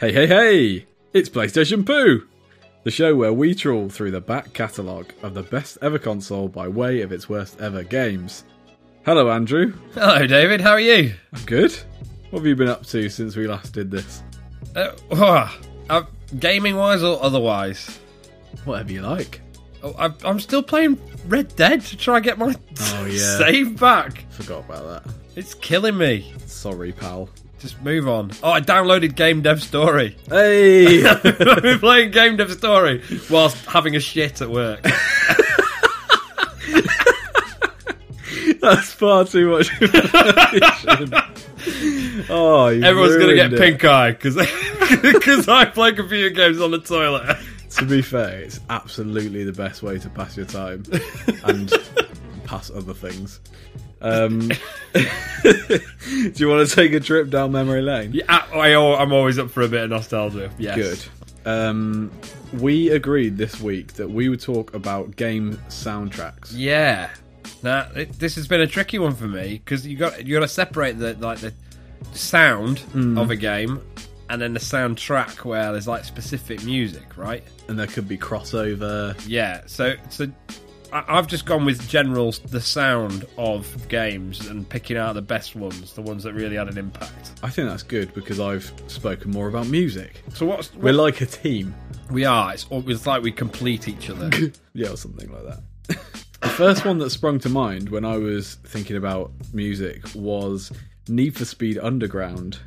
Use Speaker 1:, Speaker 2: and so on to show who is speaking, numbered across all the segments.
Speaker 1: Hey, hey, hey! It's PlayStation Poo! The show where we trawl through the back catalogue of the best ever console by way of its worst ever games. Hello, Andrew.
Speaker 2: Hello, David. How are you?
Speaker 1: I'm good. What have you been up to since we last did this?
Speaker 2: Uh, wah, uh, gaming wise or otherwise?
Speaker 1: Whatever you like.
Speaker 2: Oh, I, I'm still playing Red Dead to try and get my
Speaker 1: Oh, yeah.
Speaker 2: save back.
Speaker 1: Forgot about that.
Speaker 2: It's killing me.
Speaker 1: Sorry, pal.
Speaker 2: Just move on. Oh, I downloaded Game Dev Story.
Speaker 1: Hey!
Speaker 2: I've been playing Game Dev Story whilst having a shit at work.
Speaker 1: That's far too much information. Oh, you
Speaker 2: Everyone's going to get
Speaker 1: ruined it.
Speaker 2: pink eye because I play computer games on the toilet.
Speaker 1: To be fair, it's absolutely the best way to pass your time and pass other things. Um, do you want to take a trip down memory lane?
Speaker 2: Yeah, I, I, I'm always up for a bit of nostalgia. Yes.
Speaker 1: Good. Um, we agreed this week that we would talk about game soundtracks.
Speaker 2: Yeah. Now it, this has been a tricky one for me because you got you got to separate the like the sound of a game and then the soundtrack where there's like specific music, right?
Speaker 1: And there could be crossover.
Speaker 2: Yeah. So so I, I've just gone with general s- the sound of games and picking out the best ones, the ones that really had an impact.
Speaker 1: I think that's good because I've spoken more about music.
Speaker 2: So what's
Speaker 1: We're
Speaker 2: what,
Speaker 1: like a team.
Speaker 2: we are? It's, al- it's like we complete each other.
Speaker 1: Yeah, or something like that. the first one that sprung to mind when I was thinking about music was Need for Speed Underground.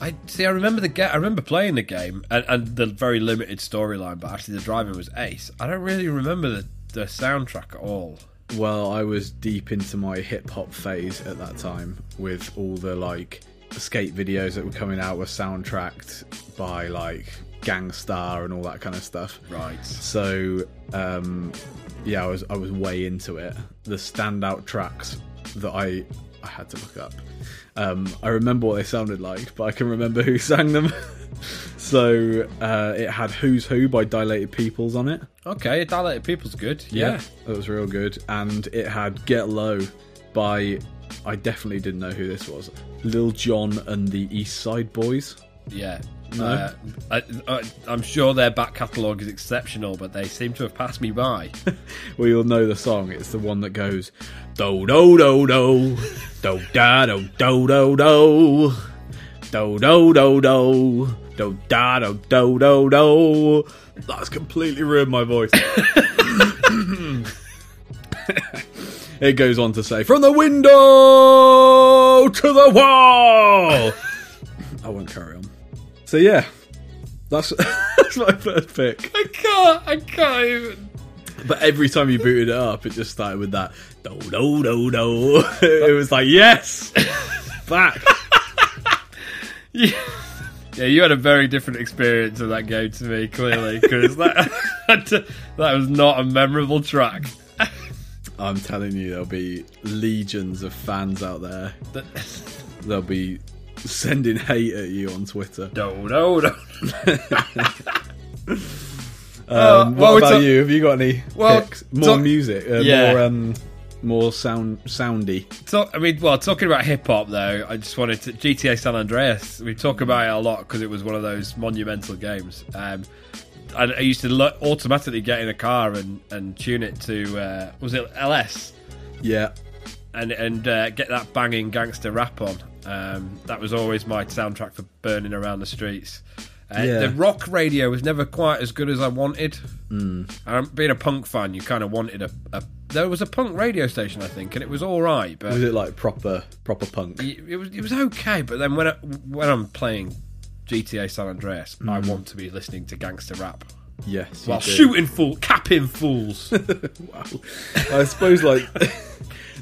Speaker 2: I see. I remember the ga- I remember playing the game and, and the very limited storyline, but actually the driving was ace. I don't really remember the, the soundtrack at all.
Speaker 1: Well, I was deep into my hip hop phase at that time with all the like skate videos that were coming out were soundtracked by like Gangstar and all that kind of stuff.
Speaker 2: Right.
Speaker 1: So, um, yeah, I was I was way into it. The standout tracks that I I had to look up. Um, I remember what they sounded like, but I can remember who sang them. so uh, it had "Who's Who" by Dilated Peoples on it.
Speaker 2: Okay. Dilated People's good. Yeah.
Speaker 1: that was real good. And it had "Get Low" by I definitely didn't know who this was. Lil Jon and the East Side Boys.
Speaker 2: Yeah.
Speaker 1: No.
Speaker 2: Uh, I, I, I'm sure their back catalogue is exceptional, but they seem to have passed me by.
Speaker 1: Well, you'll know the song. It's the one that goes do do do do do da do do do do do do do do do da do do do do. That's completely ruined my voice. it goes on to say, "From the window to the wall." I won't carry on. So yeah, that's that's my first pick.
Speaker 2: I can't. I can't even.
Speaker 1: But every time you booted it up, it just started with that do do do do. It was like yes, back.
Speaker 2: Yeah. Yeah, you had a very different experience of that game to me, clearly, because that, that was not a memorable track.
Speaker 1: I'm telling you, there'll be legions of fans out there.
Speaker 2: That-
Speaker 1: They'll be sending hate at you on Twitter.
Speaker 2: No, no, no.
Speaker 1: Um, what
Speaker 2: Uh, well, we
Speaker 1: about
Speaker 2: talk-
Speaker 1: you? Have you got any
Speaker 2: Well,
Speaker 1: picks? more
Speaker 2: talk-
Speaker 1: music? Uh,
Speaker 2: Yeah.
Speaker 1: More um, more sound soundy.
Speaker 2: Talk, I mean, well, talking about hip hop though, I just wanted to GTA San Andreas. We talk about it a lot because it was one of those monumental games. Um, I, I used to lo- automatically get in a car and, and tune it to uh, was it LS
Speaker 1: Yeah,
Speaker 2: and and uh, get that banging gangster rap on. Um, that was always my soundtrack for burning around the streets. Uh,
Speaker 1: Yeah.
Speaker 2: The rock radio was never quite as good as I wanted. Um, being a punk fan, you kind of wanted a, a. There was a punk radio station, I think, and it was all right, but
Speaker 1: was it like proper proper punk?
Speaker 2: it was it was okay, but then when I, when I'm playing GTA San Andreas, I want to be listening to gangster rap
Speaker 1: Yes. Mm. you
Speaker 2: while
Speaker 1: do.
Speaker 2: shooting fool, capping fools.
Speaker 1: I suppose like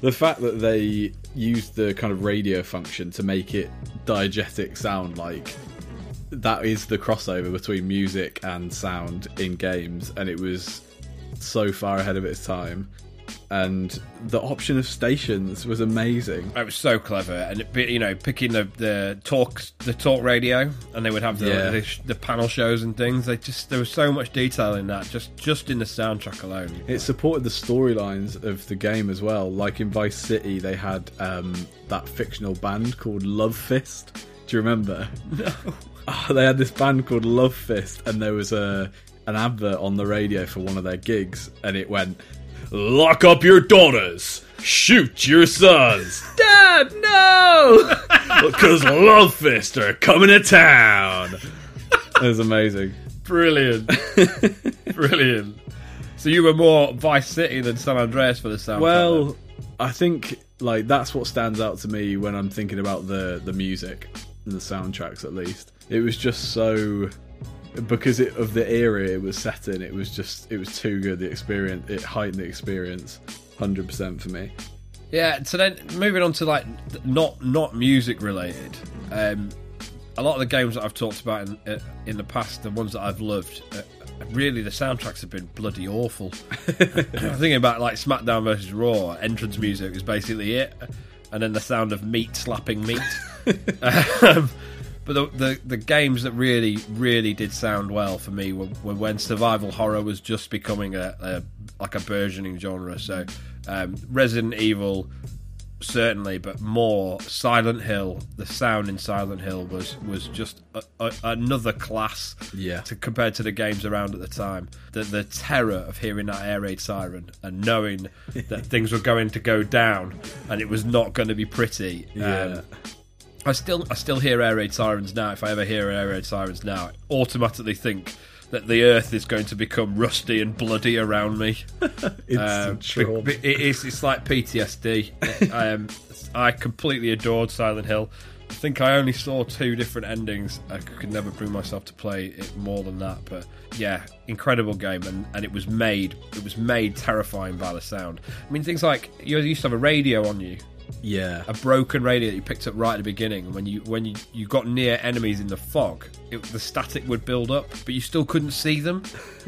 Speaker 1: the fact that they used the kind of radio function to make it diegetic sound like that is the crossover between music and sound in games and it was so far ahead of its time and the option of stations was amazing
Speaker 2: it was so clever, and it, be- you know, picking the the talk the talk radio, and they would have the
Speaker 1: Yeah.
Speaker 2: the, sh- the panel shows and things. They just there was so much detail in that, just just in the soundtrack alone.
Speaker 1: it supported the storylines of the game as well like in vice city they had um, that fictional band called love fist do you remember
Speaker 2: No.
Speaker 1: oh, they had this band called Love Fist, and there was a an advert on the radio for one of their gigs, and it went, "Lock up your daughters, shoot your sons, Dad, no, because Love Fist are coming to town." It was amazing.
Speaker 2: Brilliant. Brilliant. So you were more Vice City than San Andreas for the soundtrack. then?
Speaker 1: Well, I think like that's what stands out to me when I'm thinking about the the music and the soundtracks. At least it was just so because it, of the era it was set in. It was just it was too good. The experience it heightened the experience, hundred percent for me.
Speaker 2: yeah. So then moving on to like th- not not music related. Um, a lot of the games that I've talked about in, uh, in the past, the ones that I've loved, uh, really the soundtracks have been bloody awful. I'm thinking about like SmackDown versus Raw. Entrance music is basically it, and then the sound of meat slapping meat. um, but the, the the games that really really did sound well for me were, were when survival horror was just becoming a, a like a burgeoning genre. So um, Resident Evil certainly, but more Silent Hill. The sound in Silent Hill was was just a, a, another class.
Speaker 1: Yeah.
Speaker 2: To, compared to the games around at the time, the the terror of hearing that air raid siren and knowing that things were going to go down and it was not going to be pretty. um,
Speaker 1: Yeah.
Speaker 2: I still I still hear air raid sirens now. If I ever hear air raid sirens now, I automatically think that the earth is going to become rusty and bloody around me.
Speaker 1: It's
Speaker 2: Um,
Speaker 1: true.
Speaker 2: be- be- it is. It's like PTSD. um, I completely adored Silent Hill. I think I only saw two different endings. I c- could never bring myself to play it more than that. But yeah, incredible game, and, and it was made it was made terrifying by the sound. I mean, things like you used to have a radio on you
Speaker 1: yeah.
Speaker 2: a broken radio that you picked up right at the beginning. and When you when you, you got near enemies in the fog, it, the static would build up, but you still couldn't see them.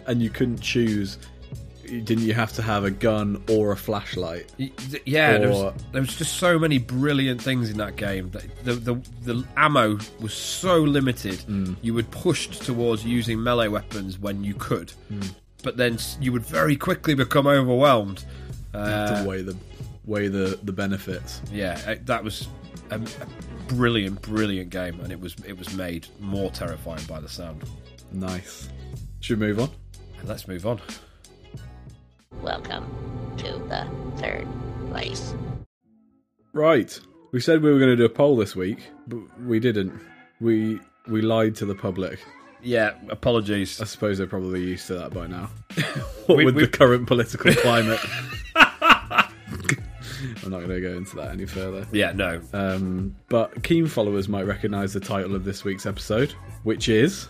Speaker 1: And you couldn't choose. Didn't you have to have a gun or a flashlight?
Speaker 2: Y- th- Yeah, there,
Speaker 1: Or-
Speaker 2: was, there was just so many brilliant things in that game. that The the, the ammo was so limited. You were pushed towards using melee weapons when you could, but then s- you would very quickly become overwhelmed. Uh,
Speaker 1: to weigh the weigh the the benefits.
Speaker 2: yeah, uh, that was a, a brilliant, brilliant game, and it was it was made more terrifying by the sound.
Speaker 1: Nice. Should we move on?
Speaker 2: And let's move on.
Speaker 3: Welcome to the third place.
Speaker 1: Right. We said we were going to do a poll this week, but we didn't. We we lied to the public.
Speaker 2: Yeah, apologies.
Speaker 1: I suppose they're probably used to that by now. what
Speaker 2: We-
Speaker 1: with
Speaker 2: we-
Speaker 1: the current political climate. I'm not going to go into that any further.
Speaker 2: Yeah, no. Uh,
Speaker 1: Um, but keen followers might recognise the title of this week's episode, which is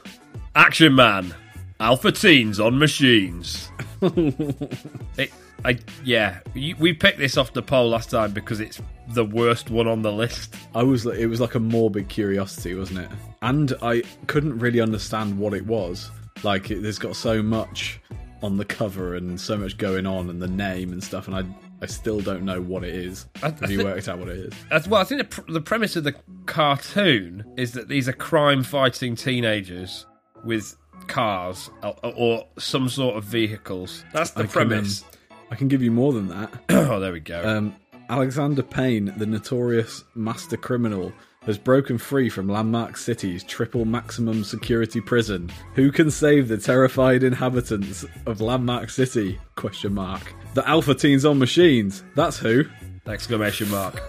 Speaker 2: Action Man, Alpha Teens on Machines. it, I yeah, you, we picked this off the poll last time because it's the worst one on the list.
Speaker 1: I was it was like a morbid curiosity, wasn't it? And I couldn't really understand what it was. Like it, there's got so much on the cover and so much going on and the name and stuff, and I I still don't know what it is.
Speaker 2: I- I
Speaker 1: Have you
Speaker 2: thi-
Speaker 1: worked out what it is?
Speaker 2: As well, I think the, pr- the premise of the cartoon is that these are crime-fighting teenagers with cars or, or some sort of vehicles. That's the
Speaker 1: I can, um,
Speaker 2: premise.
Speaker 1: I can give you more than that.
Speaker 2: oh, there we go.
Speaker 1: Um, Alexander Payne, the notorious master criminal, has broken free from Landmark City's triple maximum security prison. Who can save the terrified inhabitants of Landmark City? Question mark. The Alpha Teens on Machines. That's who.
Speaker 2: Exclamation mark.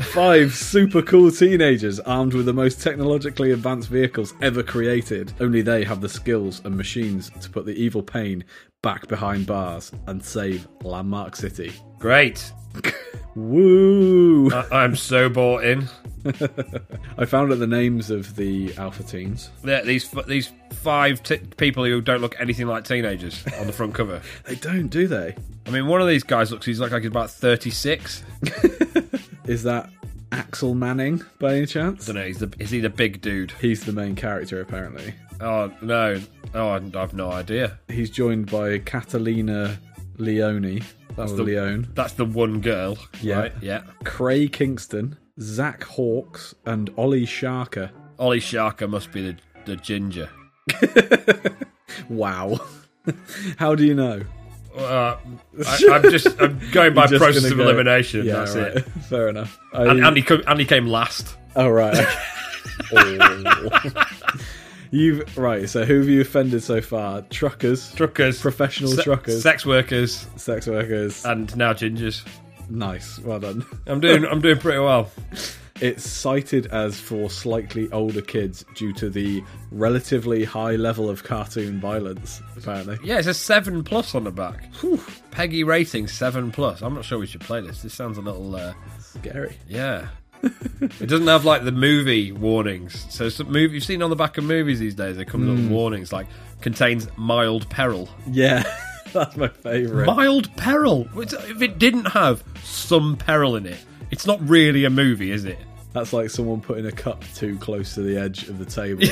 Speaker 1: Five super cool teenagers armed with the most technologically advanced vehicles ever created. Only they have the skills and machines to put the evil Payne back behind bars and save Landmark City.
Speaker 2: Great.
Speaker 1: Woo!
Speaker 2: I, I'm so bought in.
Speaker 1: I found out the names of the alpha teens.
Speaker 2: Yeah, these f- these five t- people who don't look anything like teenagers on the front cover.
Speaker 1: They don't, do they?
Speaker 2: I mean, one of these guys looks he's like, like he's about thirty six.
Speaker 1: Is that Axel Manning by any chance?
Speaker 2: Don't know. He's the, is he the big dude?
Speaker 1: He's the main character apparently.
Speaker 2: Oh no! Oh, I- I've no idea.
Speaker 1: He's joined by Catalina Leone. That's
Speaker 2: the-
Speaker 1: the Leone.
Speaker 2: That's the one girl.
Speaker 1: Yeah.
Speaker 2: Right? Yeah.
Speaker 1: Cray Kingston, Zach Hawkes, and Ollie Sharker.
Speaker 2: Ollie Sharker must be the the ginger.
Speaker 1: Wow. How do you know?
Speaker 2: Uh, I, I'm just I'm going by
Speaker 1: Just
Speaker 2: process
Speaker 1: gonna
Speaker 2: of
Speaker 1: go-
Speaker 2: elimination.
Speaker 1: Yeah,
Speaker 2: that's
Speaker 1: right.
Speaker 2: it.
Speaker 1: Fair enough. I,
Speaker 2: And, and he come, and he came last.
Speaker 1: oh right. You've right. So who have you offended so far? Truckers,
Speaker 2: Truckers,
Speaker 1: professional
Speaker 2: se-
Speaker 1: truckers,
Speaker 2: sex workers,
Speaker 1: sex workers.
Speaker 2: and now gingers.
Speaker 1: Uh, nice, well done.
Speaker 2: I'm doing I'm doing pretty well.
Speaker 1: It's cited as for slightly older kids due to the relatively high level of cartoon violence. Apparently,
Speaker 2: Yeah, it's a seven plus on the back. Peggy rating seven plus. I'm not sure we should play this. This sounds a little uh,
Speaker 1: scary.
Speaker 2: yeah. it doesn't have like the movie warnings. So some movie you've seen on the back of movies these days, they come with little warnings like contains mild peril.
Speaker 1: Yeah, that's my favourite.
Speaker 2: Mild peril. Which- If it didn't have some peril in it, it's not really a movie, is it?
Speaker 1: That's like someone putting a cup too close to the edge of the table.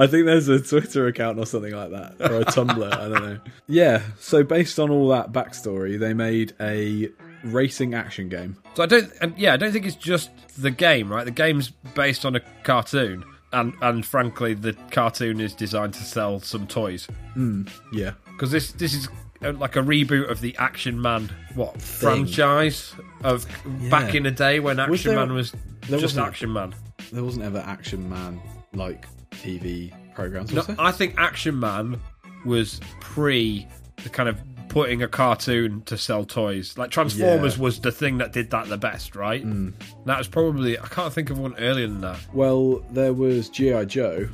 Speaker 1: I think there's a Twitter account or something like that, or a Tumblr. I don't know. Yeah. So based on all that backstory, they made a racing action game.
Speaker 2: So I don't, and yeah, I don't think it's just the game, right? The game's based on a cartoon, and and frankly, the cartoon is designed to sell some toys
Speaker 1: Yeah.
Speaker 2: because this this is uh, like a reboot of the Action Man what franchise of back in the day when Action
Speaker 1: Was there-
Speaker 2: Man was
Speaker 1: there
Speaker 2: just
Speaker 1: wasn't-
Speaker 2: Action Man.
Speaker 1: There wasn't ever Action Man like TV programs,
Speaker 2: No,
Speaker 1: was there?
Speaker 2: I think Action Man was pre the kind of putting a cartoon to sell toys. Like Transformers
Speaker 1: Yeah.
Speaker 2: was the thing that did that the best, right? Mm. That was probably I can't think of one earlier than that.
Speaker 1: Well, there was GI Joe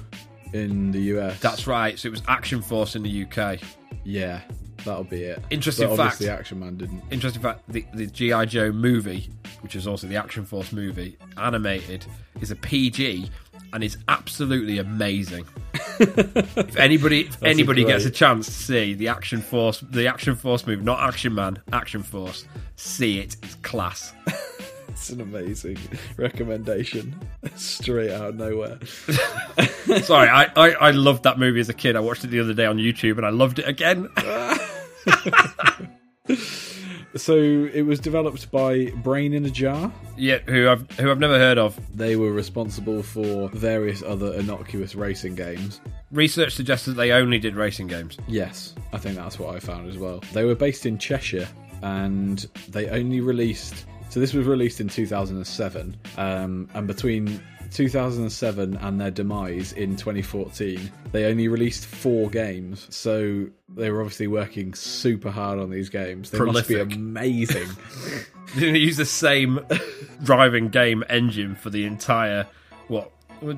Speaker 1: in the US.
Speaker 2: That's right. So it was Action Force in the UK.
Speaker 1: yeah. That'll be it.
Speaker 2: Interesting
Speaker 1: but
Speaker 2: fact.
Speaker 1: Obviously, Action Man didn't.
Speaker 2: Interesting fact: the, the GI Joe movie, which is also the Action Force movie, animated, is a PG and is absolutely amazing. if anybody, if anybody
Speaker 1: great-
Speaker 2: gets a chance to see the Action Force, the Action Force movie, not Action Man, Action Force, see it. It's class.
Speaker 1: It's an amazing recommendation, straight out of nowhere.
Speaker 2: Sorry, I, I I loved that movie as a kid. I watched it the other day on YouTube and I loved it again.
Speaker 1: So it was developed by Brain in a Jar.
Speaker 2: yeah, who I've who I've never heard of.
Speaker 1: They were responsible for various other innocuous racing games.
Speaker 2: Research suggests that they only did racing games.
Speaker 1: Yes, I think that's what I found as well. They were based in Cheshire and they only released. So this was released in 2007, um, and between 2007 and their demise in 2014, they only released four games. So they were obviously working super hard on these games. They must be
Speaker 2: Prolific.
Speaker 1: amazing.
Speaker 2: Didn't they use the same driving game engine for the entire what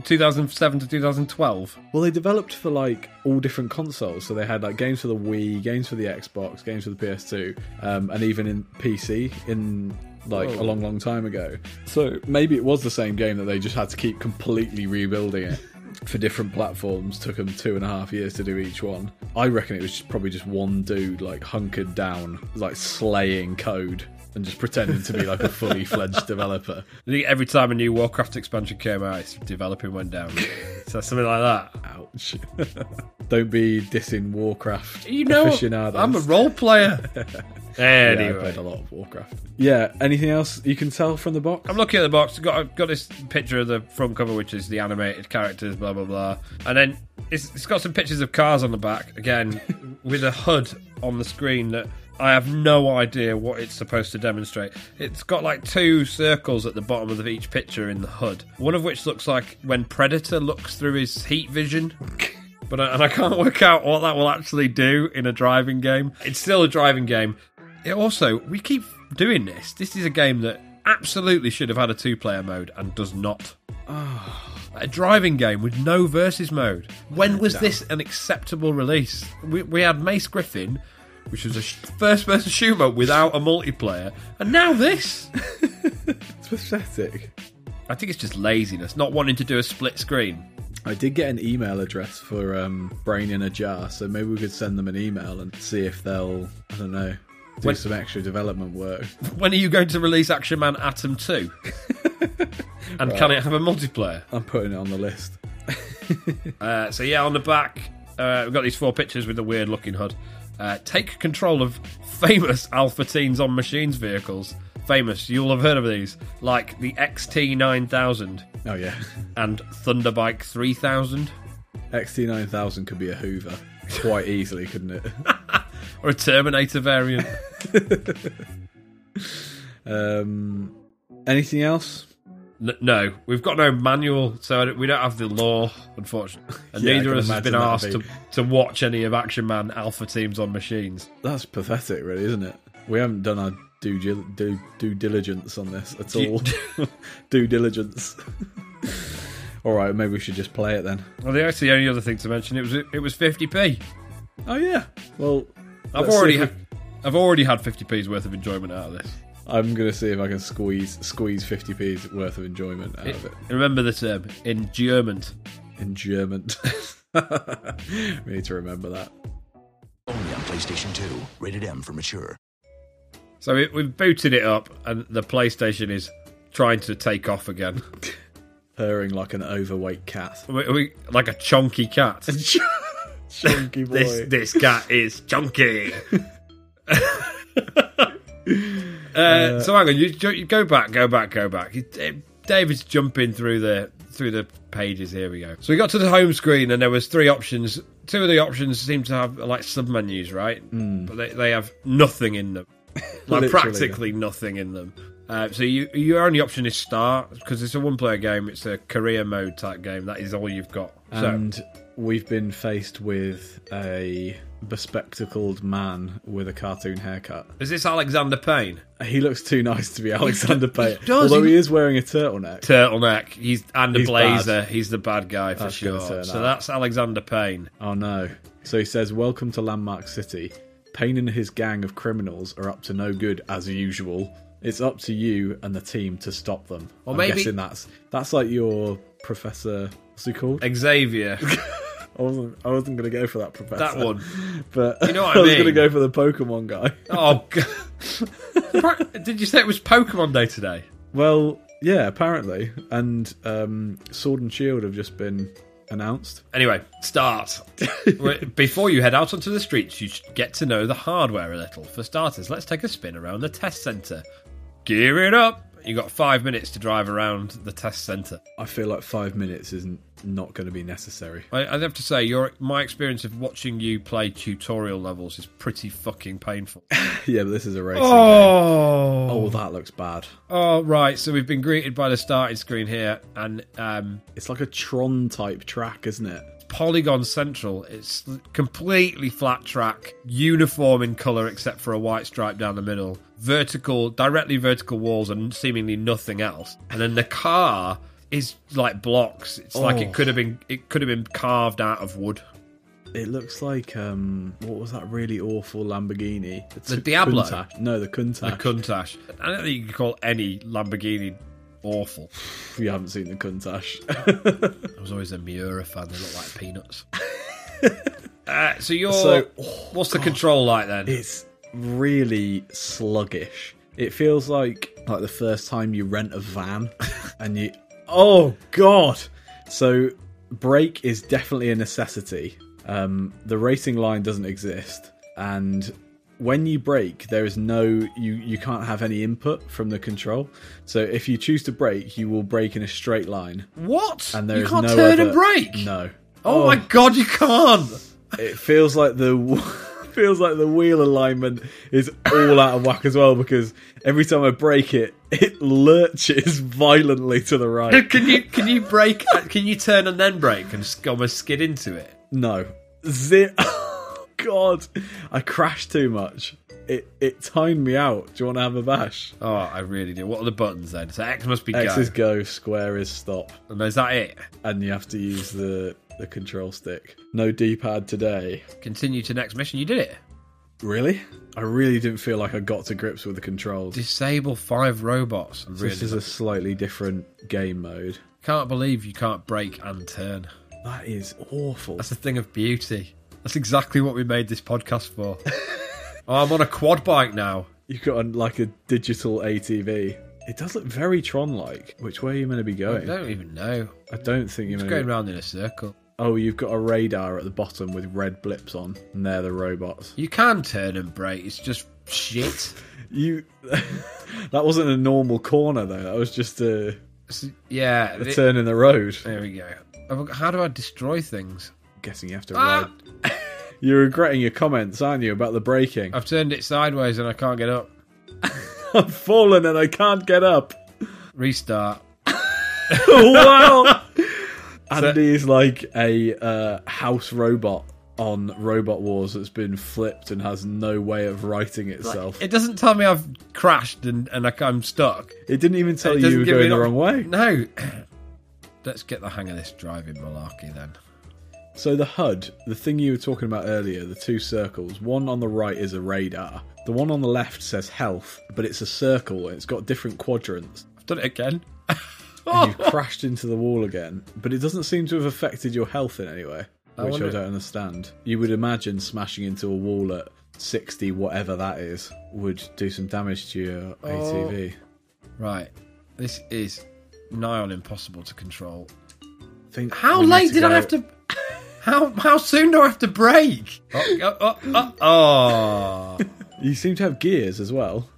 Speaker 2: 2007 to 2012?
Speaker 1: Well, they developed for like all different consoles. So they had like games for the Wii, games for the Xbox, games for the PS2, um, and even in PC in like
Speaker 2: Whoa.
Speaker 1: a long, long time ago. So maybe it was the same game that they just had to keep completely rebuilding it for different platforms. Took them two and a half years to do each one. I reckon it was just probably just one dude like hunkered down, like slaying code. And just pretending to be like a fully fledged developer.
Speaker 2: I think every time a new Warcraft expansion came out, its developing went down. so something like that.
Speaker 1: Ouch. Don't be dissing Warcraft.
Speaker 2: You know,
Speaker 1: aficionados.
Speaker 2: I'm a role player.
Speaker 1: Yeah, I
Speaker 2: anyway,
Speaker 1: played a lot of Warcraft. Yeah, anything else you can tell from the box?
Speaker 2: I'm looking at the box. Got I've got this picture of the front cover, which is the animated characters, blah blah blah, and then it's, it's got some pictures of cars on the back again, with a hood on the screen that I have no idea what it's supposed to demonstrate. It's got like two circles at the bottom of each picture in the hood, one of which looks like when Predator looks through his heat vision. But I, and I can't work out what that will actually do in a driving game. It's still a driving game. It also, we keep doing this. This is a game that absolutely should have had a two-player mode and does not. A driving game with no versus mode. When was this an acceptable release? We, we had Mace Griffin, which was a sh- first-person shooter without a multiplayer, and now this.
Speaker 1: It's pathetic.
Speaker 2: I think it's just laziness, not wanting to do a split screen.
Speaker 1: I did get an email address for um, Brain in a Jar, so maybe we could send them an email and see if they'll, I don't know, do
Speaker 2: When-
Speaker 1: some extra development work.
Speaker 2: When are you going to release Action Man Atom 2? and can it have a multiplayer?
Speaker 1: I'm putting it on the list.
Speaker 2: Uh, so, yeah, on the back, uh, we've got these four pictures with the weird looking hood. Uh, take control of famous Alpha Teens on Machines vehicles. Famous, you'll have heard of these, like the XT 9000
Speaker 1: Oh, yeah.
Speaker 2: and Thunderbike 3000,
Speaker 1: XT9000 could be a Hoover quite easily, couldn't it?
Speaker 2: or a Terminator variant.
Speaker 1: Um, anything else?
Speaker 2: N- no, we've got no manual, so I don't- we don't have the law, unfortunately. And
Speaker 1: Yeah, I
Speaker 2: neither
Speaker 1: can
Speaker 2: of us has been asked
Speaker 1: imagine
Speaker 2: to,
Speaker 1: that'd
Speaker 2: to watch any of Action Man Alpha teams on machines.
Speaker 1: That's pathetic, really, isn't it? We haven't done our due gil- due, due diligence on this at
Speaker 2: You-
Speaker 1: all. due diligence. all right, maybe we should just play it then.
Speaker 2: Well, the actually only other thing to mention it was it was 50p.
Speaker 1: Oh yeah. Well,
Speaker 2: I've
Speaker 1: let's see
Speaker 2: already
Speaker 1: if
Speaker 2: ha- I've already had 50p's worth of enjoyment out of this.
Speaker 1: we- I'm gonna see if I can squeeze squeeze 50p's worth of enjoyment out of it.
Speaker 2: Remember um, the term endearment.
Speaker 1: Enjoyment. we need to remember that.
Speaker 4: Only on PlayStation 2. Rated M for mature.
Speaker 2: So we, we've booted it up, and the PlayStation is trying to take off again.
Speaker 1: Purring like an overweight cat.
Speaker 2: We, we, like a chunky cat.
Speaker 1: Chunky boy.
Speaker 2: This this cat is chunky. uh, so hang on, you, you go back, go back, go back. You- eh, David's jumping through the through the pages. Here we go. So we got to the home screen, and there was three options. Two of the options seem to have like submenus, right? But they, they have nothing in them, like
Speaker 1: Hmm. Literally.
Speaker 2: practically nothing in them. Uh, so you, your only option is start because it's a one-player game. It's a career mode type game. That is all you've got. so
Speaker 1: And we've been faced with a bespectacled man with a cartoon haircut.
Speaker 2: is this Alexander Payne?
Speaker 1: He looks too nice to be Alexander Payne.
Speaker 2: does,
Speaker 1: Although
Speaker 2: he-
Speaker 1: he is wearing a turtleneck.
Speaker 2: turtleneck. He's and a
Speaker 1: He's
Speaker 2: blazer. He's the bad guy for
Speaker 1: That's
Speaker 2: sure.
Speaker 1: gonna
Speaker 2: So
Speaker 1: turn out.
Speaker 2: that's Alexander Payne.
Speaker 1: Oh no. So he says, Welcome to Landmark City. Payne and his gang of criminals are up to no good as usual. It's up to you and the team to stop them. Or I'm
Speaker 2: maybe-
Speaker 1: guessing that's that's like your professor what's he called?
Speaker 2: Xavier.
Speaker 1: I wasn't I wasn't gonna go for that professor.
Speaker 2: That one.
Speaker 1: But
Speaker 2: know what
Speaker 1: I
Speaker 2: I
Speaker 1: was gonna
Speaker 2: mean?
Speaker 1: go for the Pokemon guy.
Speaker 2: Oh god. Pro- Did you say it was Pokemon Day today?
Speaker 1: Well, yeah, apparently. And um, Sword and Shield have just been announced.
Speaker 2: Anyway, start. Wait, Before you head out onto the streets, you should get to know the hardware a little. For starters, let's take a spin around the test centre. Gear it up. You got five minutes to drive around the test centre.
Speaker 1: I feel like five minutes is n- not going to be necessary.
Speaker 2: I, I'd have to say, your my experience of watching you play tutorial levels is pretty fucking painful.
Speaker 1: yeah, but this is a racing. game.
Speaker 2: Oh,
Speaker 1: oh, that looks bad.
Speaker 2: Oh right, so we've been greeted by the starting screen here, and um,
Speaker 1: It's like a Tron type track, isn't it?
Speaker 2: Polygon Central. It's completely flat track, uniform in colour except for a white stripe down the middle. Vertical, directly vertical walls, and seemingly nothing else. And then the car is like blocks. It's like
Speaker 1: Oh.
Speaker 2: it could have been it could have been carved out of wood.
Speaker 1: It looks like um, what was that really awful Lamborghini?
Speaker 2: The Diablo?
Speaker 1: Countach. No, the Countach.
Speaker 2: A Countach. I don't think you can call any Lamborghini awful.
Speaker 1: you haven't seen the Countach.
Speaker 2: I was always a Miura fan. They look like peanuts. uh, so you're.
Speaker 1: So-
Speaker 2: what's the control like then?
Speaker 1: it's really sluggish. It feels like like the first time you rent a van and you oh god. So brake is definitely a necessity. Um, the racing line doesn't exist, and when you brake, there is no you you can't have any input from the control. So if you choose to brake, you will brake in a straight line,
Speaker 2: what?
Speaker 1: and there
Speaker 2: you
Speaker 1: is
Speaker 2: can't
Speaker 1: no
Speaker 2: turn
Speaker 1: other-
Speaker 2: and brake.
Speaker 1: No.
Speaker 2: Oh, my god, you can't.
Speaker 1: It feels like the feels like the wheel alignment is all out of whack as well because every time I break it, it lurches violently to the right.
Speaker 2: Can you can you brake? uh, Can you turn and then brake and sk- almost skid into it?
Speaker 1: No, zip. God, I crashed too much. It it timed me out. Do you want to have a bash?
Speaker 2: Oh, I really do. What are the buttons then? So X must be
Speaker 1: X
Speaker 2: go.
Speaker 1: is go, square is stop,
Speaker 2: and is that it?
Speaker 1: and you have to use the the control stick. No D pad today.
Speaker 2: Continue to next mission. You did it.
Speaker 1: Really? I really didn't feel like I got to grips with the controls.
Speaker 2: Disable five robots. I Really,
Speaker 1: This is a slightly different game mode.
Speaker 2: can't believe you can't brake and turn.
Speaker 1: That is awful.
Speaker 2: That's a thing of beauty. That's exactly what we made this podcast for. oh, I'm on a quad bike now.
Speaker 1: You've got a, like a digital ATV. It does look very Tron-like. Which way are you meant to be
Speaker 2: I
Speaker 1: going?
Speaker 2: don't even know.
Speaker 1: I don't think you're
Speaker 2: It's
Speaker 1: meant to.
Speaker 2: going
Speaker 1: Be...
Speaker 2: round in a circle.
Speaker 1: Oh, you've got a radar at the bottom with red blips on, and they're the robots.
Speaker 2: You can turn and brake. It's just shit.
Speaker 1: You. that wasn't a normal corner though. That was just a,
Speaker 2: It's- yeah.
Speaker 1: a
Speaker 2: thi-
Speaker 1: turn in the road. I'm
Speaker 2: there we go. I've- How do I destroy things?
Speaker 1: guessing you have to
Speaker 2: Ah!
Speaker 1: ride. You're regretting your comments, aren't you, about the braking?
Speaker 2: I've turned it sideways and I can't get up.
Speaker 1: I've fallen and I can't get up.
Speaker 2: Restart.
Speaker 1: wow. Andy is like a uh, house robot on Robot Wars that's been flipped and has no way of righting itself.
Speaker 2: It doesn't tell me I've crashed and, and I, I'm stuck.
Speaker 1: it didn't even tell
Speaker 2: It
Speaker 1: you you
Speaker 2: doesn't
Speaker 1: were
Speaker 2: give me
Speaker 1: going the
Speaker 2: an
Speaker 1: wrong way.
Speaker 2: No. Let's get the hang of this driving malarkey then.
Speaker 1: So the HUD, the thing you were talking about earlier, the two circles, one on the right is a radar. The one on the left says health, but it's a circle and it's got different quadrants.
Speaker 2: I've done it again.
Speaker 1: And you crashed into the wall again, but it doesn't seem to have affected your health in any way,
Speaker 2: I
Speaker 1: which
Speaker 2: wonder-
Speaker 1: I don't understand. You would imagine smashing into a wall at 60, whatever that is, would do some damage to your
Speaker 2: Oh.
Speaker 1: ATV.
Speaker 2: Right. This is nigh on impossible to control.
Speaker 1: Think
Speaker 2: How
Speaker 1: we need
Speaker 2: late did
Speaker 1: go-
Speaker 2: I have to? How how soon do I have to break? Oh, oh, oh, oh, oh.
Speaker 1: You seem to have gears as well,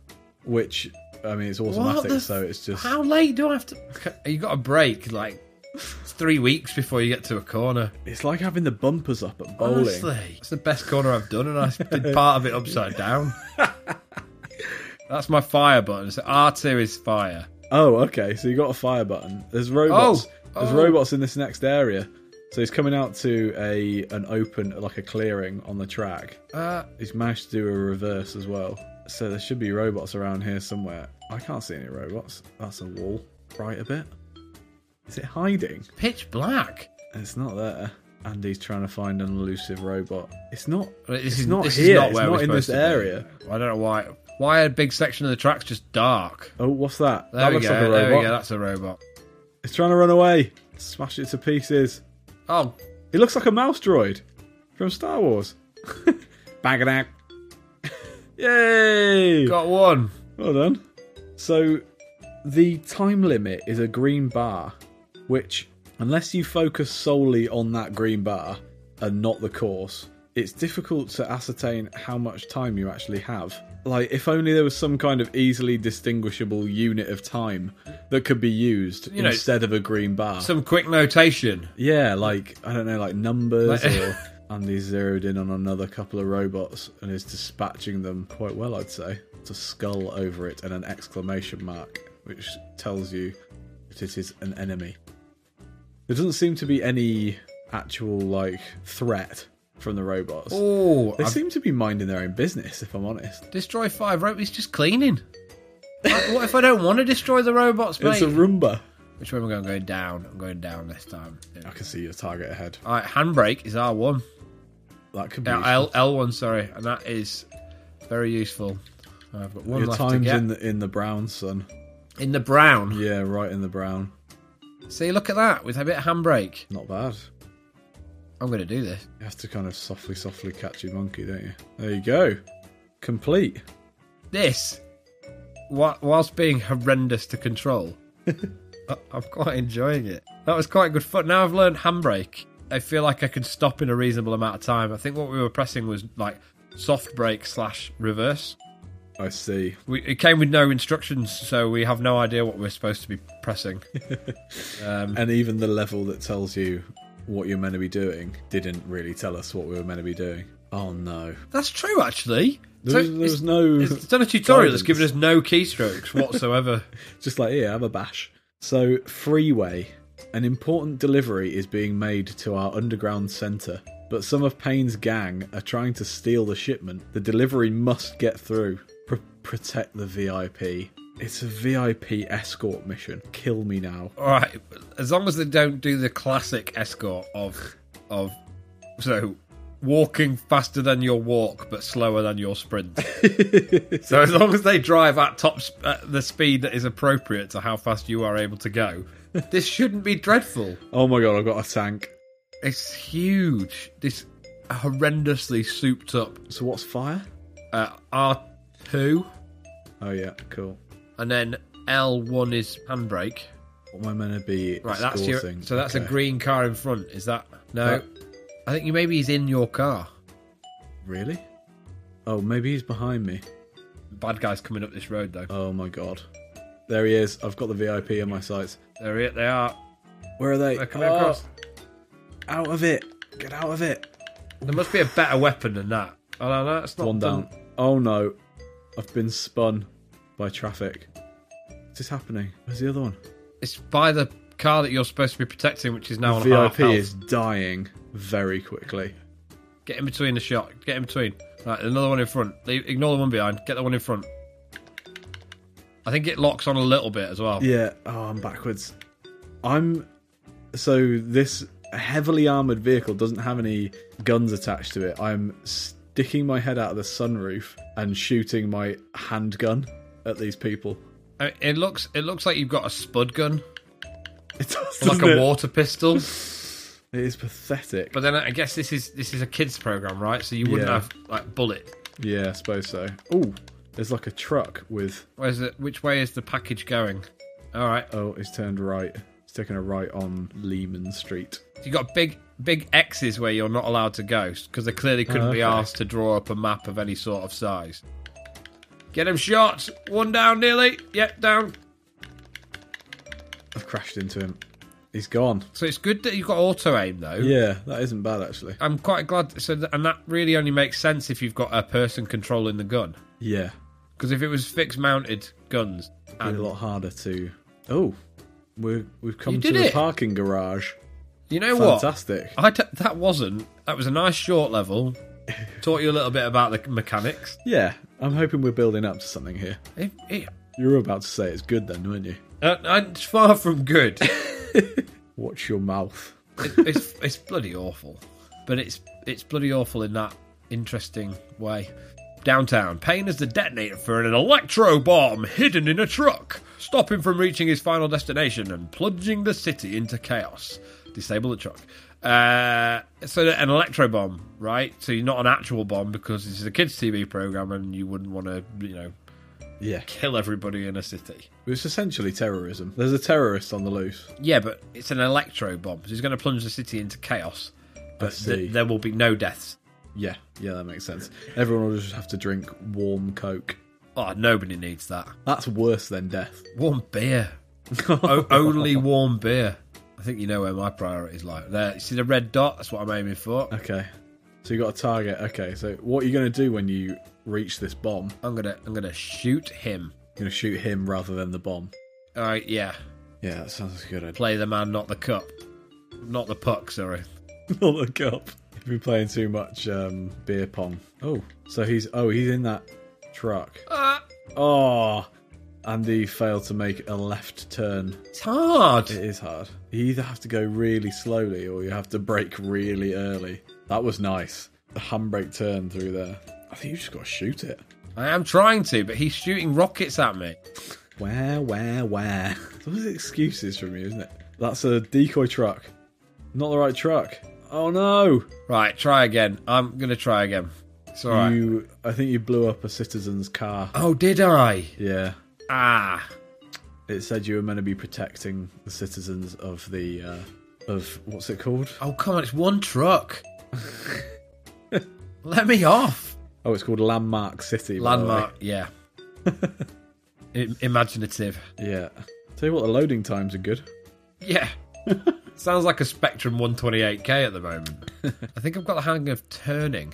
Speaker 1: which, I mean, it's automatic,
Speaker 2: the
Speaker 1: so it's just.
Speaker 2: how late do I have to? You got a break like it's three weeks before you get to a corner.
Speaker 1: It's like having the bumpers up at bowling.
Speaker 2: Honestly, it's the best corner I've done, and I did part of it upside down. That's my fire button. So R two is fire.
Speaker 1: Oh, okay. So you got a fire button. There's robots.
Speaker 2: Oh,
Speaker 1: There's
Speaker 2: oh.
Speaker 1: robots in this next area. So he's coming out to a an open like a clearing on the track.
Speaker 2: Uh,
Speaker 1: He's managed to do a reverse as well. So there should be robots around here somewhere. I can't see any robots. That's a wall. Right a bit. Is it hiding?
Speaker 2: pitch black.
Speaker 1: It's not there. Andy's trying to find an elusive robot. It's not.
Speaker 2: This
Speaker 1: it's
Speaker 2: is
Speaker 1: not
Speaker 2: this
Speaker 1: here.
Speaker 2: Is not
Speaker 1: it's
Speaker 2: where
Speaker 1: not
Speaker 2: we're
Speaker 1: in
Speaker 2: supposed
Speaker 1: this
Speaker 2: to be.
Speaker 1: area.
Speaker 2: I don't know why. Why a big section of the track's just dark?
Speaker 1: Oh, what's that?
Speaker 2: There
Speaker 1: that
Speaker 2: we
Speaker 1: looks
Speaker 2: go.
Speaker 1: like a
Speaker 2: There we go.
Speaker 1: robot.
Speaker 2: That's a robot.
Speaker 1: It's trying to run away. Smash it to pieces.
Speaker 2: Oh,
Speaker 1: He looks like a mouse droid from Star Wars. Bang it out. Yay!
Speaker 2: got one.
Speaker 1: Well done. So, the time limit is a green bar, which, unless you focus solely on that green bar and not the course, it's difficult to ascertain how much time you actually have. Like, if only there was some kind of easily distinguishable unit of time that could be used
Speaker 2: know,
Speaker 1: instead of a green bar.
Speaker 2: Some quick notation.
Speaker 1: Yeah, like I don't know, like numbers
Speaker 2: Like-
Speaker 1: or Andy zeroed in on another couple of robots and is dispatching them quite well, I'd say. It's a skull over it and an exclamation mark, which tells you that it is an enemy. There doesn't seem to be any actual like threat from the robots.
Speaker 2: Oh,
Speaker 1: They seem to be minding their own business, if I'm honest.
Speaker 2: destroy five robots. He's just cleaning. Like, what if I don't want to destroy the robots, mate?
Speaker 1: It's a Roomba.
Speaker 2: Which way am I going? I'm going down. I'm going down this time.
Speaker 1: I can see your target ahead.
Speaker 2: All right, handbrake is R one.
Speaker 1: That could be
Speaker 2: Yeah,
Speaker 1: useful.
Speaker 2: L L one. Sorry, and that is very useful. I've got one
Speaker 1: your
Speaker 2: left to
Speaker 1: time's
Speaker 2: get
Speaker 1: in the in the brown, son.
Speaker 2: in the brown.
Speaker 1: Yeah, right in the brown.
Speaker 2: See, look at that with a bit of handbrake.
Speaker 1: Not bad.
Speaker 2: I'm going to do this.
Speaker 1: You have to kind of softly, softly catch your monkey, don't you? There you go. Complete.
Speaker 2: This, whi- whilst being horrendous to control, I- I'm quite enjoying it. That was quite good fun. Now I've learned handbrake. I feel like I can stop in a reasonable amount of time. I think what we were pressing was like soft brake slash reverse.
Speaker 1: I see.
Speaker 2: We, it came with no instructions, so we have no idea what we're supposed to be pressing.
Speaker 1: Um, And even the level that tells you what you're meant to be doing didn't really tell us what we were meant to be doing. Oh no.
Speaker 2: That's true, actually.
Speaker 1: There was- there
Speaker 2: it's-
Speaker 1: was no
Speaker 2: It's done a tutorial that's
Speaker 1: guidance.
Speaker 2: given us no keystrokes whatsoever.
Speaker 1: Just like, here, have a bash. So, Freeway. An important delivery is being made to our underground centre, but some of Payne's gang are trying to steal the shipment. The delivery must get through. Pr- protect the VIP. It's a VIP escort mission. Kill me now.
Speaker 2: All right, as long as they don't do the classic escort of of so walking faster than your walk but slower than your sprint. so as long as they drive at top sp- at the speed that is appropriate to how fast you are able to go, this shouldn't be dreadful.
Speaker 1: Oh my god, I've got a tank.
Speaker 2: It's huge. This horrendously souped up
Speaker 1: So, what's fire?
Speaker 2: uh, R two
Speaker 1: Oh, yeah, cool.
Speaker 2: and then L one is handbrake.
Speaker 1: What am I meant to be
Speaker 2: Right, that's your.
Speaker 1: escorting?
Speaker 2: So that's a
Speaker 1: Okay.
Speaker 2: green car in front. Is that no?
Speaker 1: That-
Speaker 2: I think you maybe he's in your car.
Speaker 1: Really? Oh, maybe he's behind me.
Speaker 2: Bad guys coming up this road though.
Speaker 1: Oh my god. There he is. I've got the VIP in my sights.
Speaker 2: There it. They are.
Speaker 1: Where are they?
Speaker 2: They're coming
Speaker 1: Oh,
Speaker 2: across.
Speaker 1: Out of it. Get out of it.
Speaker 2: There must be a better weapon than that. Oh no, no, that's not
Speaker 1: One
Speaker 2: done.
Speaker 1: down. Oh no. I've been spun by traffic. What is happening? Where's the other one?
Speaker 2: It's by the car that you're supposed to be protecting, which is now on half
Speaker 1: VIP
Speaker 2: health.
Speaker 1: is dying very quickly.
Speaker 2: Get in between the shot. Get in between. Right, another one in front. Leave, ignore the one behind. Get the one in front. I think it locks on a little bit as well.
Speaker 1: Yeah, oh, I'm backwards. I'm so this heavily armored vehicle doesn't have any guns attached to it. I'm sticking my head out of the sunroof and shooting my handgun at these people.
Speaker 2: I mean, it looks it looks like you've got a spud gun,
Speaker 1: It does,
Speaker 2: like
Speaker 1: doesn't
Speaker 2: a
Speaker 1: it?
Speaker 2: water pistol.
Speaker 1: It is pathetic.
Speaker 2: But then I guess this is this is a kids program, right? So you wouldn't
Speaker 1: Yeah.
Speaker 2: have like bullet.
Speaker 1: yeah, I suppose so. Oh, there's like a truck with
Speaker 2: Where's it? Which way is the package going? All right,
Speaker 1: oh, it's turned right. It's taking a right on Lehman Street.
Speaker 2: you got big big X's where you're not allowed to go because they clearly couldn't be
Speaker 1: Oh, okay.
Speaker 2: asked to draw up a map of any sort of size. Get him shot. One down, nearly. Yep, down.
Speaker 1: I've crashed into him. He's gone.
Speaker 2: So it's good that you've got auto aim though.
Speaker 1: Yeah, that isn't bad actually.
Speaker 2: I'm quite glad. So that, and that really only makes sense if you've got a person controlling the gun.
Speaker 1: Yeah,
Speaker 2: Because if it was fixed mounted guns,
Speaker 1: and a lot harder to. Oh, we're, we've come
Speaker 2: You
Speaker 1: to
Speaker 2: did
Speaker 1: the
Speaker 2: it.
Speaker 1: parking garage.
Speaker 2: you know what?
Speaker 1: Fantastic.
Speaker 2: I d- that wasn't. That was a nice short level. Taught you a little bit about the mechanics.
Speaker 1: Yeah, I'm hoping we're building up to something here.
Speaker 2: It, it,
Speaker 1: You were about to say it's good then, weren't you?
Speaker 2: uh, and it's far from good. It,
Speaker 1: Watch your mouth.
Speaker 2: it's it's bloody awful, but it's it's bloody awful in that interesting way. Downtown, Payne is the detonator for an electro bomb hidden in a truck. Stop him from reaching his final destination and plunging the city into chaos. Disable the truck. Uh, so that- an electro bomb, right? So you're not an actual bomb because this is a kids' TV program, and you wouldn't want to, you know,
Speaker 1: Yeah,
Speaker 2: kill everybody in a city.
Speaker 1: it's essentially terrorism. There's a terrorist on the loose.
Speaker 2: Yeah, but it's an electro bomb. So he's going to plunge the city into chaos. But
Speaker 1: see.
Speaker 2: th- there will be no deaths.
Speaker 1: Yeah, yeah, that makes sense. Everyone will just have to drink warm Coke.
Speaker 2: Oh, nobody needs that.
Speaker 1: That's worse than death.
Speaker 2: Warm beer. o- only warm beer. I think you know where my priorities lie. There, you see the red dot? That's what I'm aiming for.
Speaker 1: Okay, so you got a target. Okay, so what are you going to do when you reach this bomb?
Speaker 2: I'm gonna, I'm gonna shoot him.
Speaker 1: You're going to shoot him rather than the bomb.
Speaker 2: All right, yeah.
Speaker 1: Yeah, that sounds good. idea.
Speaker 2: Play the man, not the cup, not the puck. Sorry.
Speaker 1: not the cup. He's been playing too much um, beer pong. Oh, so he's oh he's in that truck.
Speaker 2: Ah,
Speaker 1: Oh, Andy failed to make a left turn.
Speaker 2: it's hard.
Speaker 1: It is hard. You either have to go really slowly or you have to brake really early. That was nice. The handbrake turn through there. I think you just got to shoot it.
Speaker 2: I am trying to, but he's shooting rockets at me.
Speaker 1: Where, where, where? Those are excuses from you, isn't it? That's a decoy truck. Not the right truck. Oh no!
Speaker 2: Right, try again. I'm gonna try again. It's all right.
Speaker 1: You, I think you blew up a citizen's car.
Speaker 2: Oh, did I?
Speaker 1: Yeah.
Speaker 2: Ah,
Speaker 1: It said you were meant to be protecting the citizens of the uh, of what's it called?
Speaker 2: oh come on, it's one truck. Let me off.
Speaker 1: Oh, it's called Landmark City. by the way.
Speaker 2: Landmark, yeah. I- imaginative.
Speaker 1: Yeah. Tell you what, the loading times are good.
Speaker 2: Yeah. Sounds like a Spectrum 128K at the moment. I think I've got the hang of turning.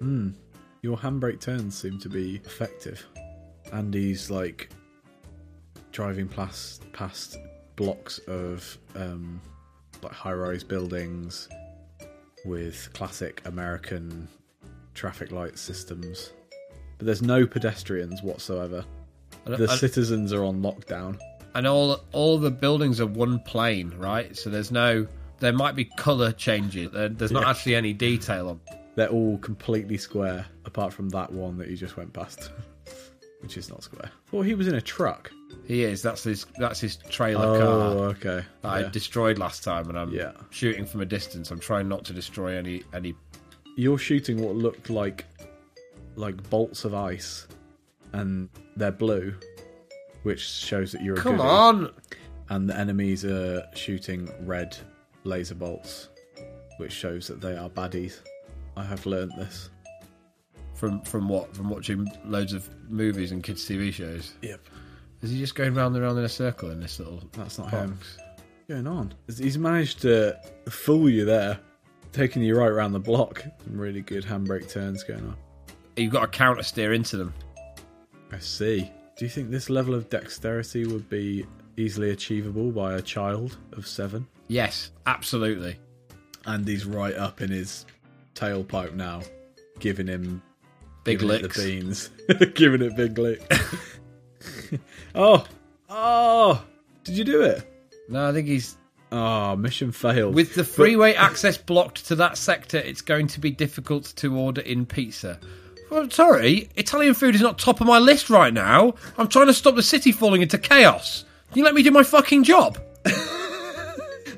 Speaker 1: Your handbrake turns seem to be effective. Andy's like driving past past blocks of um, like high-rise buildings with classic American traffic light systems, but there's no pedestrians whatsoever.
Speaker 2: And,
Speaker 1: The
Speaker 2: and-
Speaker 1: citizens are on lockdown.
Speaker 2: and all all the buildings are one plane, right? So there's no. There might be colour changes. There, there's not actually any detail on.
Speaker 1: They're all completely square, apart from that one that you just went past, which is not square. Thought he was in a truck.
Speaker 2: He is. That's his. That's his trailer car.
Speaker 1: Oh, okay.
Speaker 2: that I
Speaker 1: Yeah.
Speaker 2: destroyed last time, and I'm
Speaker 1: Yeah.
Speaker 2: shooting from a distance. I'm trying not to destroy any any.
Speaker 1: You're shooting what looked like like bolts of ice, and they're blue, which shows that you're a
Speaker 2: Come
Speaker 1: goodie.
Speaker 2: on!
Speaker 1: And the enemies are shooting red laser bolts, which shows that they are baddies. I have learnt this.
Speaker 2: From from what? From watching loads of movies and kids TV shows.
Speaker 1: Yep.
Speaker 2: Is he just going round and round in a circle in this little?
Speaker 1: That's not him.
Speaker 2: box?
Speaker 1: going on? He's managed to fool you there, taking you right round the block. Some really good handbrake turns going on.
Speaker 2: You've got to counter steer into them.
Speaker 1: I see. Do you think this level of dexterity would be easily achievable by a child of seven.
Speaker 2: Yes, absolutely.
Speaker 1: And he's right up in his tailpipe now, giving him
Speaker 2: Big
Speaker 1: giving it
Speaker 2: licks.
Speaker 1: the beans, giving it big lick. oh, oh! Did you do it?
Speaker 2: No, I think he's
Speaker 1: Oh, mission failed.
Speaker 2: with the freeway access blocked to that sector. It's going to be difficult to order in pizza. Well, I'm sorry, Italian food is not top of my list right now. I'm trying to stop the city falling into chaos. You let me do my fucking job.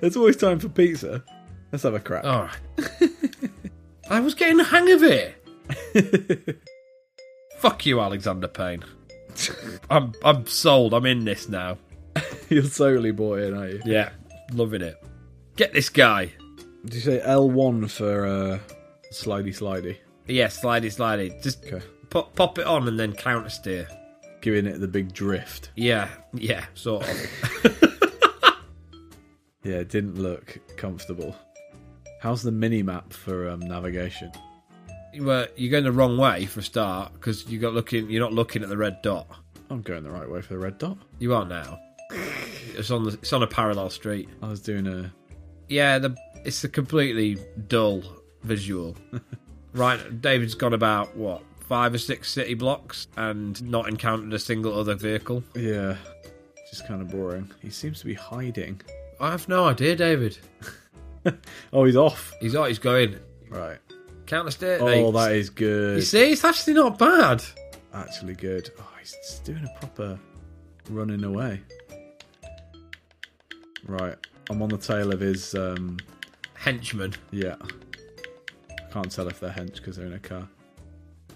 Speaker 1: There's always time for pizza. Let's have a crack.
Speaker 2: All right. I was getting the hang of it. Fuck you, Alexander Payne. I'm I'm sold. I'm in this now.
Speaker 1: You're solely bought in, aren't you?
Speaker 2: Yeah, loving it. Get this guy.
Speaker 1: Did you say L1 for uh, slidey slidey?
Speaker 2: Yeah, slidey, slidey. Just
Speaker 1: Okay.
Speaker 2: pop pop it on and then counter steer.
Speaker 1: Giving it the big drift.
Speaker 2: Yeah, yeah, sort of.
Speaker 1: Yeah, it didn't look comfortable. How's the mini map for um, navigation?
Speaker 2: well, you're going the wrong way for a start because you got looking. You're not looking at the red dot.
Speaker 1: I'm going the right way for the red dot.
Speaker 2: You are now. It's on the. It's on a parallel street.
Speaker 1: I was doing a.
Speaker 2: Yeah, the it's a completely dull visual. right, David's gone about what five or six city blocks and not encountered a single other vehicle.
Speaker 1: Yeah. Just kind of boring. He seems to be hiding.
Speaker 2: I have no idea, David.
Speaker 1: Oh, he's off.
Speaker 2: He's oh, he's going
Speaker 1: Right.
Speaker 2: counter steer.
Speaker 1: Oh,
Speaker 2: Hey,
Speaker 1: that is good.
Speaker 2: You see, it's actually not bad.
Speaker 1: Actually, good. Oh, he's just doing a proper running away. Right. I'm on the tail of his. Um,
Speaker 2: Henchman.
Speaker 1: yeah. I can't tell if they're hench because they're in a car.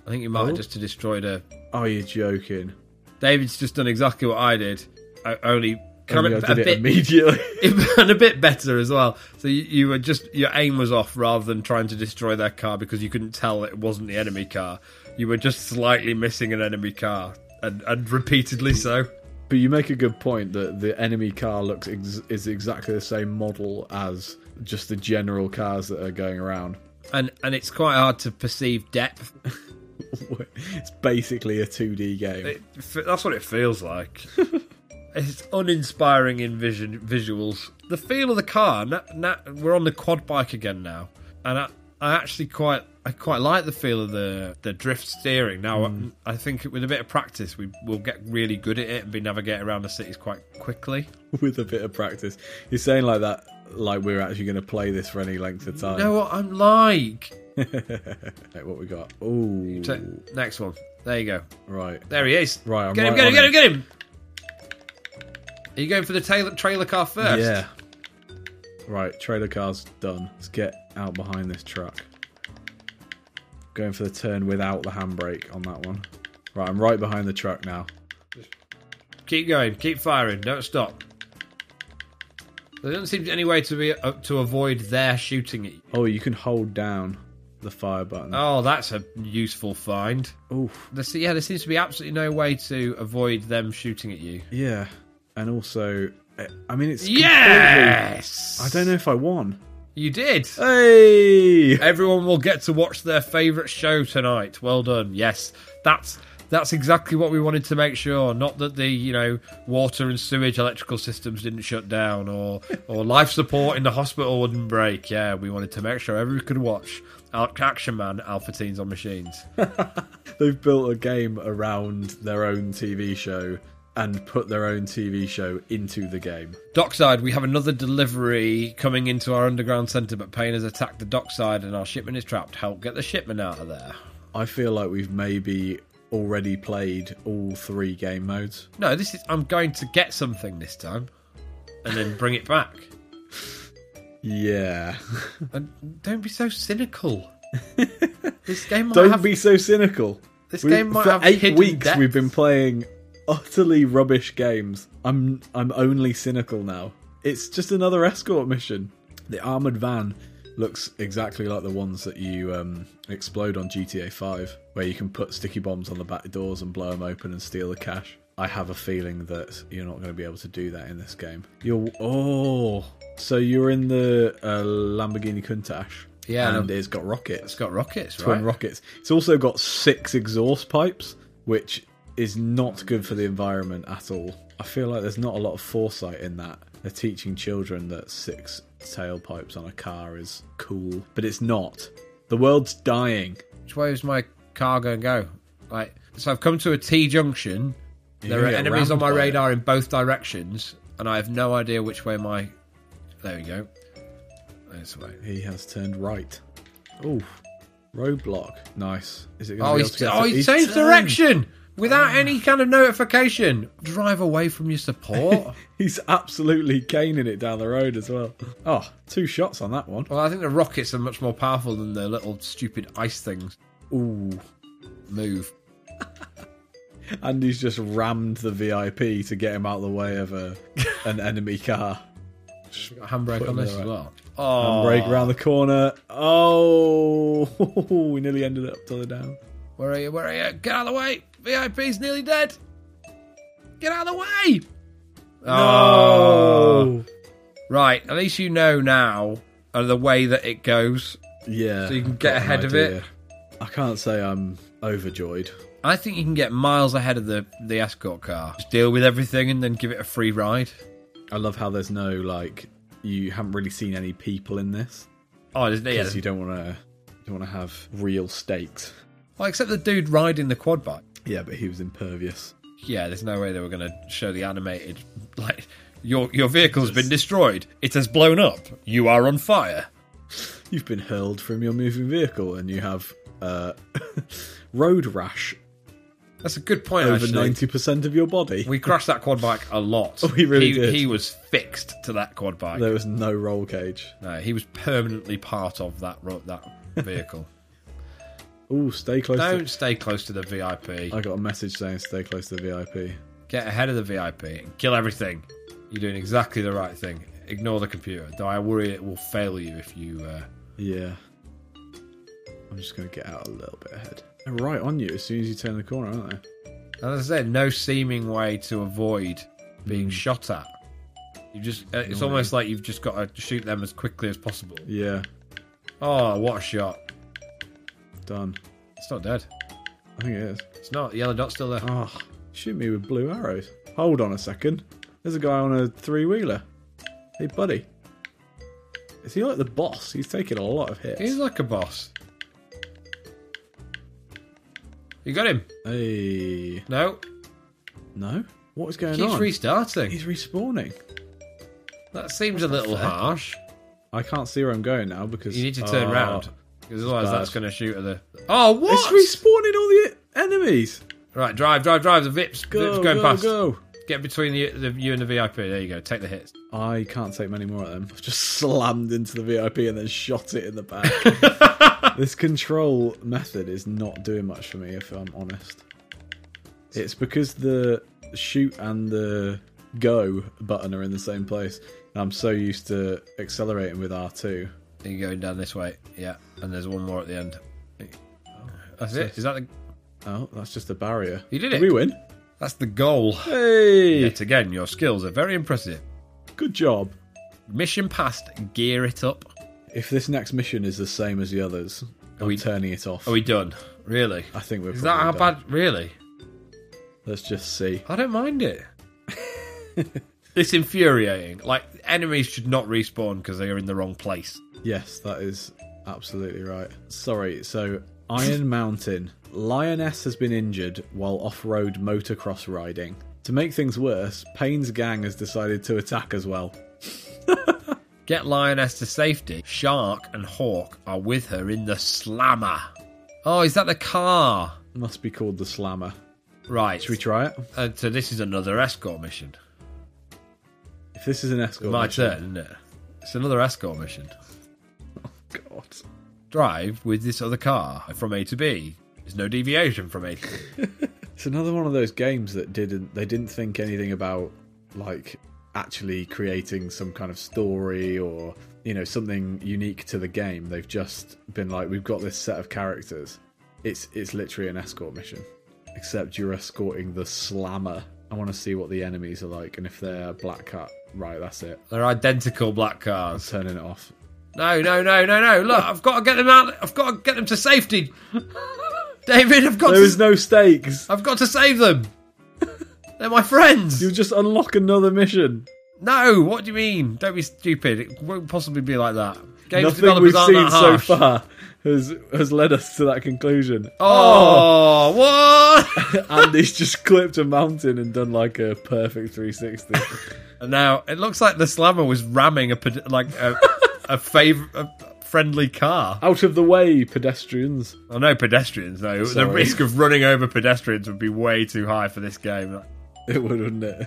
Speaker 2: I think you might
Speaker 1: Oh.
Speaker 2: have just destroyed a
Speaker 1: Oh, you're joking.
Speaker 2: David's just done exactly what I did. I only kind
Speaker 1: Only I
Speaker 2: of
Speaker 1: did
Speaker 2: a
Speaker 1: it
Speaker 2: bit
Speaker 1: immediately.
Speaker 2: and a bit better as well. So you, you were just your aim was off rather than trying to destroy their car because you couldn't tell it wasn't the enemy car. You were just slightly missing an enemy car and, and repeatedly so.
Speaker 1: but you make a good point that the enemy car looks ex- is exactly the same model as just the general cars that are going around.
Speaker 2: And and it's quite hard to perceive depth.
Speaker 1: it's basically a 2D game.
Speaker 2: It, f- that's what it feels like. it's uninspiring in vision visuals. The feel of the car. Na, na, we're on the quad bike again now, and I, I actually quite I quite like the feel of the the drift steering. Now
Speaker 1: Hmm.
Speaker 2: I, I think with a bit of practice, we will get really good at it and be navigating around the cities quite quickly.
Speaker 1: with a bit of practice. You're saying like that, like we're actually going to play this for any length of time.
Speaker 2: You know what I'm like?
Speaker 1: Right, what we got? Oh,
Speaker 2: So, next one. There you go.
Speaker 1: right.
Speaker 2: There he is.
Speaker 1: Right, I'm
Speaker 2: get him.
Speaker 1: right
Speaker 2: Get him.
Speaker 1: on
Speaker 2: Get him. Get him. Are you going for the trailer, trailer car first?
Speaker 1: Yeah. Right, trailer car's done. Let's get out behind this truck. Going for the turn without the handbrake on that one. Right, I'm right behind the truck now.
Speaker 2: Keep going. Keep firing. Don't stop. There doesn't seem any way to be uh, to avoid their shooting at you.
Speaker 1: Oh, you can hold down the fire button.
Speaker 2: Oh, that's a useful find.
Speaker 1: Oof.
Speaker 2: There se- yeah, there seems to be absolutely no way to avoid them shooting at you.
Speaker 1: Yeah. And also, I- I mean, it's. completely-
Speaker 2: Yes,
Speaker 1: I don't know if I won.
Speaker 2: You did.
Speaker 1: Hey!
Speaker 2: Everyone will get to watch their favourite show tonight. Well done. Yes, that's that's exactly what we wanted to make sure. Not that the you know water and sewage electrical systems didn't shut down, or or life support in the hospital wouldn't break. Yeah, we wanted to make sure everyone could watch Al- Action Man, Alpha Teens on Machines.
Speaker 1: They've built a game around their own TV show and put their own TV show into the game.
Speaker 2: Dockside, we have another delivery coming into our underground centre, but Payne has attacked the dockside and our shipment is trapped. Help get the shipment out of there.
Speaker 1: I feel like we've maybe already played all three game modes.
Speaker 2: No, this is. I'm going to get something this time, and then bring it back.
Speaker 1: Yeah.
Speaker 2: And don't be so cynical. this game might
Speaker 1: Don't
Speaker 2: have.
Speaker 1: be so cynical.
Speaker 2: This game might
Speaker 1: for
Speaker 2: have
Speaker 1: eight
Speaker 2: hidden
Speaker 1: weeks
Speaker 2: depth.
Speaker 1: we've been playing utterly rubbish games. I'm I'm only cynical now. It's just another escort mission. The armored van looks exactly like the ones that you um, explode on GTA 5, where you can put sticky bombs on the back doors and blow them open and steal the cash. I have a feeling that you're not going to be able to do that in this game. You're oh, so you're in the uh, Lamborghini Countach,
Speaker 2: Yeah.
Speaker 1: and it's got rockets
Speaker 2: it's got rockets,
Speaker 1: twin
Speaker 2: right?
Speaker 1: rockets. It's also got six exhaust pipes, which is not good for the environment at all. I feel like there's not a lot of foresight in that. They're teaching children that six tailpipes on a car is cool, but it's not. The world's dying.
Speaker 2: Which way is my car going to go? Like, so I've come to a T junction. There are
Speaker 1: gonna get
Speaker 2: enemies on
Speaker 1: rammed
Speaker 2: my
Speaker 1: by it.
Speaker 2: radar in both directions, and I have no idea which way my. There we go. This way.
Speaker 1: He has turned right. Oh, roadblock. Nice. Is it going
Speaker 2: Oh,
Speaker 1: be able
Speaker 2: he's,
Speaker 1: to get
Speaker 2: oh,
Speaker 1: to- Ah.
Speaker 2: he
Speaker 1: he's turned!
Speaker 2: changed direction without any kind of notification. Drive away from your support.
Speaker 1: He's absolutely caning it down the road as well. Oh, two shots on that one.
Speaker 2: well, I think the rockets are much more powerful than the little stupid ice things.
Speaker 1: Ooh.
Speaker 2: Move.
Speaker 1: Andy's just rammed the VIP to get him out of the way of a, an enemy car.
Speaker 2: We've got a handbrake on
Speaker 1: him
Speaker 2: this
Speaker 1: there, right.
Speaker 2: as well. Oh,
Speaker 1: Break around the corner. Oh, we nearly ended up to the down.
Speaker 2: where are you? Where are you? Get out of the way. VIP's nearly dead. Get out of the way. Oh. Right. At least you know now uh, the way that it goes.
Speaker 1: Yeah.
Speaker 2: So you can get
Speaker 1: got an
Speaker 2: ahead of
Speaker 1: idea.
Speaker 2: it.
Speaker 1: I can't say I'm overjoyed.
Speaker 2: I think you can get miles ahead of the, the escort car. Just deal with everything and then give it a free ride.
Speaker 1: I love how there's no, like, you haven't really seen any people in this.
Speaker 2: Oh, isn't it?
Speaker 1: Because you don't want to don't want to have real stakes.
Speaker 2: Well, except the dude riding the quad bike.
Speaker 1: Yeah, but he was impervious.
Speaker 2: Yeah, there's no way they were going to show the animated. Like, your your vehicle's been destroyed. It has blown up. You are on fire.
Speaker 1: You've been hurled from your moving vehicle and you have uh, road rash
Speaker 2: That's a good point.
Speaker 1: over
Speaker 2: actually.
Speaker 1: 90% of your body.
Speaker 2: We crashed that quad bike a lot.
Speaker 1: we really
Speaker 2: he,
Speaker 1: did.
Speaker 2: He was fixed to that quad bike.
Speaker 1: There was no roll cage.
Speaker 2: No, he was permanently part of that ro- that vehicle.
Speaker 1: Ooh, stay close
Speaker 2: Don't
Speaker 1: to.
Speaker 2: stay close to the VIP.
Speaker 1: I got a message saying stay close to the VIP.
Speaker 2: Get ahead of the VIP and kill everything. You're doing exactly the right thing. Ignore the computer, though I worry it will fail you if you. Uh...
Speaker 1: Yeah. I'm just going to get out a little bit ahead. They're right on you as soon as you turn the corner, aren't they?
Speaker 2: And As I said, no seeming way to avoid
Speaker 1: Hmm.
Speaker 2: being shot at. You just uh, It's almost like you've just got to shoot them as quickly as possible.
Speaker 1: Yeah,
Speaker 2: Oh, what a shot.
Speaker 1: done.
Speaker 2: It's not dead.
Speaker 1: I think it is.
Speaker 2: It's not. The yellow dot's still there.
Speaker 1: Ah, shoot me with blue arrows. Hold on a second. There's a guy on a three wheeler. Hey, buddy. Is he like the boss? He's taking a lot of hits.
Speaker 2: He's like a boss. You got him?
Speaker 1: Hey.
Speaker 2: No.
Speaker 1: No? What is going
Speaker 2: Keeps
Speaker 1: on?
Speaker 2: restarting.
Speaker 1: He's respawning.
Speaker 2: That seems a little harsh.
Speaker 1: I can't see where I'm going now because.
Speaker 2: You need to turn
Speaker 1: Ah,
Speaker 2: round. Because otherwise
Speaker 1: bad.
Speaker 2: that's going to shoot at the... Oh,
Speaker 1: It's
Speaker 2: what?
Speaker 1: respawning all the enemies.
Speaker 2: right, drive, drive, drive. The VIP's,
Speaker 1: Go,
Speaker 2: VIP's going
Speaker 1: go,
Speaker 2: past.
Speaker 1: go.
Speaker 2: Get between the, the you and the VIP. There you go. Take the hits.
Speaker 1: I can't take many more of them. I've just slammed into the VIP and then shot it in the back. this control method is not doing much for me, if I'm honest. It's because the shoot and the go button are in the same place. And I'm so used to accelerating with R2.
Speaker 2: You're going down this way. Yeah. And there's one more at the end. That's it. Is that the...
Speaker 1: Oh, that's just a barrier.
Speaker 2: You did it.
Speaker 1: We win.
Speaker 2: That's the goal.
Speaker 1: Hey,
Speaker 2: Yet again, your skills are very impressive.
Speaker 1: good job.
Speaker 2: Mission passed. Gear it up.
Speaker 1: If this next mission is the same as the others, I'm
Speaker 2: we-
Speaker 1: turning it off.
Speaker 2: Are we done? Really?
Speaker 1: I think we're.
Speaker 2: Is that how
Speaker 1: probably done.
Speaker 2: bad? Really?
Speaker 1: Let's just see.
Speaker 2: I don't mind it. it's infuriating. Like enemies should not respawn because they are in the wrong place.
Speaker 1: Yes, that is absolutely right. Sorry, so Iron Mountain. Lioness has been injured while off road motocross riding. To make things worse, Payne's gang has decided to attack as well.
Speaker 2: Get Lioness to safety. Shark and Hawk are with her in the slammer. Oh, is that the car?
Speaker 1: Must be called the Slammer.
Speaker 2: Right.
Speaker 1: Should we try it?
Speaker 2: Uh, so this is another escort mission.
Speaker 1: If this is an escort.
Speaker 2: My
Speaker 1: mission-
Speaker 2: turn, isn't it? It's another escort mission.
Speaker 1: Oh, God.
Speaker 2: Drive with this other car from A to B. There's no deviation from A to B.
Speaker 1: It's another one of those games that didn't they didn't think anything about like actually creating some kind of story or you know something unique to the game. They've just been like we've got this set of characters. It's it's literally an escort mission except you're escorting the slammer. I want to see what the enemies are like and if they're black cat, right, that's it.
Speaker 2: They're identical black cars.
Speaker 1: Turning it off.
Speaker 2: No, no, no, no, no. Look, I've got to get them out. I've got to get them to safety. David, I've got
Speaker 1: There
Speaker 2: to,
Speaker 1: is no stakes.
Speaker 2: I've got to save them. They're my friends.
Speaker 1: You'll just unlock another mission.
Speaker 2: No, what do you mean? Don't be stupid. It won't possibly be like that. Games
Speaker 1: Nothing
Speaker 2: developers
Speaker 1: we've
Speaker 2: aren't
Speaker 1: seen
Speaker 2: that
Speaker 1: so
Speaker 2: harsh.
Speaker 1: far has has led us to that conclusion.
Speaker 2: Oh, what?
Speaker 1: Andy's just clipped a mountain and done like a perfect 360.
Speaker 2: and now it looks like the slammer was ramming a ped- like a a, fav- a friendly car.
Speaker 1: Out of the way, pedestrians.
Speaker 2: I know pedestrians though.
Speaker 1: Sorry.
Speaker 2: The risk of running over pedestrians would be way too high for this game.
Speaker 1: It would, wouldn't it?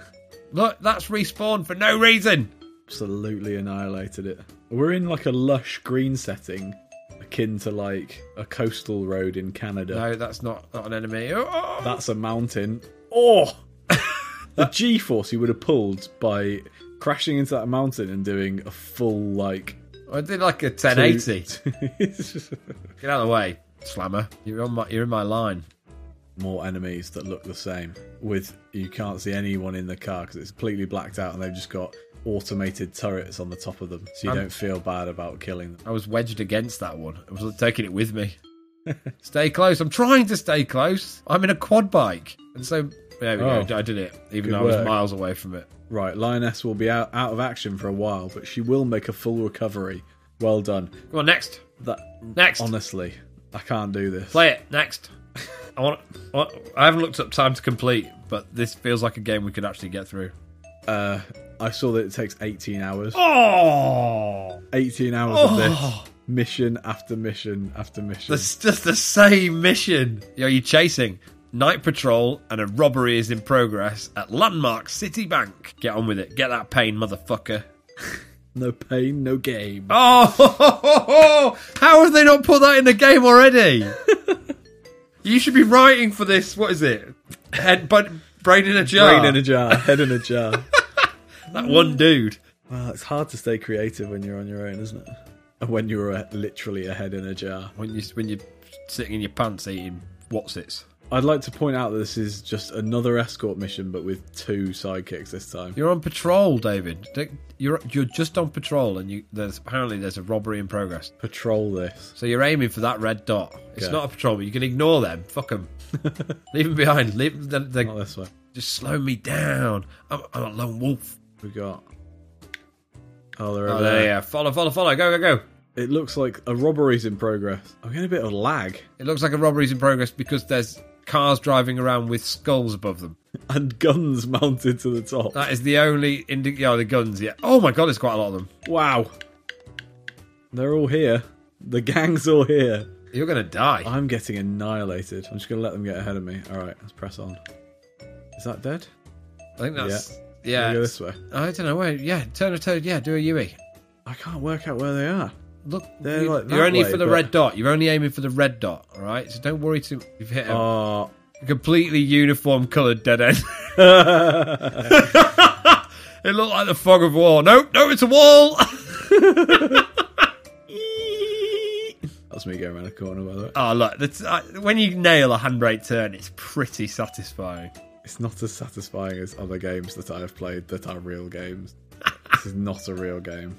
Speaker 2: Look, that's respawned for no reason.
Speaker 1: Absolutely annihilated it. We're in like a lush green setting, akin to like a coastal road in Canada.
Speaker 2: No, that's not, not an enemy. Oh, oh.
Speaker 1: That's a mountain. Oh! the G force he would have pulled by crashing into that mountain and doing a full like.
Speaker 2: I did like a 1080.
Speaker 1: It's just-
Speaker 2: Get out of the way, slammer. You're on my you're in my line.
Speaker 1: More enemies that look the same. With you can't see anyone in the car because it's completely blacked out and they've just got automated turrets on the top of them, so you don't feel bad about killing them.
Speaker 2: I was wedged against that one. I was taking it with me. stay close. I'm trying to stay close. I'm in a quad bike. And so, there we go.
Speaker 1: Oh.
Speaker 2: I did it, even
Speaker 1: Good
Speaker 2: though I
Speaker 1: work.
Speaker 2: was miles away from it.
Speaker 1: Right, Lioness will be out, out of action for a while, but she will make a full recovery. Well done.
Speaker 2: Come on, next.
Speaker 1: That
Speaker 2: Next.
Speaker 1: honestly, I can't do this.
Speaker 2: Play it. Next. I want, I want. I haven't looked up time to complete, but this feels like a game we could actually get through.
Speaker 1: Uh, I saw that it takes 18 hours.
Speaker 2: Oh!
Speaker 1: 18 hours of this. Mission after mission after mission.
Speaker 2: It's just the same mission. Yo, you're chasing. Night patrol and a robbery is in progress at Landmark City Bank. Get on with it. Get that pain, motherfucker.
Speaker 1: No pain, no game.
Speaker 2: Ah! Oh, how have they not put that in the game already? you should be writing for this. What is it? Head, but brain in a jar.
Speaker 1: Brain in a jar, head in a jar.
Speaker 2: that one dude.
Speaker 1: well, it's hard to stay creative when you're on your own, isn't it? And when you're a, literally a head in a jar.
Speaker 2: When you when you're sitting in your pants eating what's its.
Speaker 1: I'd like to point out that this is just another escort mission, but with two sidekicks this time.
Speaker 2: You're on patrol, David. You're you're just on patrol, and you there's apparently there's a robbery in progress.
Speaker 1: Patrol this.
Speaker 2: So you're aiming for that red dot. It's
Speaker 1: Okay.
Speaker 2: not a patrol, but you can ignore them. Fuck them. Leave them behind. Leave them. They,
Speaker 1: Not
Speaker 2: they
Speaker 1: this way.
Speaker 2: just slow me down. I'm, I'm a lone wolf.
Speaker 1: We got. Oh, they're
Speaker 2: Oh,
Speaker 1: over
Speaker 2: there
Speaker 1: there.
Speaker 2: you are. Follow, follow, follow. Go, go, go.
Speaker 1: It looks like a robbery's in progress. I'm getting a bit of lag
Speaker 2: It looks like a robbery's in progress because there's cars driving around with skulls above them.
Speaker 1: and guns mounted to the top.
Speaker 2: That is the only indi- yeah, the guns. Yeah. Oh my god, there's quite a lot of them.
Speaker 1: Wow. They're all here. The gang's all here.
Speaker 2: You're gonna die.
Speaker 1: I'm getting annihilated. I'm just going to let them get ahead of me. All right, let's press on. Is that dead?
Speaker 2: I think that's
Speaker 1: Can
Speaker 2: yeah.
Speaker 1: we go this way.
Speaker 2: I don't know where. Yeah, turn a toad. Yeah, do a UE.
Speaker 1: I can't work out where they are.
Speaker 2: Look,
Speaker 1: They're
Speaker 2: you,
Speaker 1: like that
Speaker 2: you're only
Speaker 1: way,
Speaker 2: for the
Speaker 1: but-
Speaker 2: red dot. You're only aiming for the red dot. All right, so don't worry too. You've hit a
Speaker 1: Oh,
Speaker 2: completely uniform coloured dead end. it looked like the fog of war. Nope, no, it's a wall.
Speaker 1: that's me going around the corner, by the way.
Speaker 2: oh look, that's, uh, when you nail a handbrake turn, it's pretty satisfying.
Speaker 1: It's not as satisfying as other games that I have played that are real games. this is not a real game.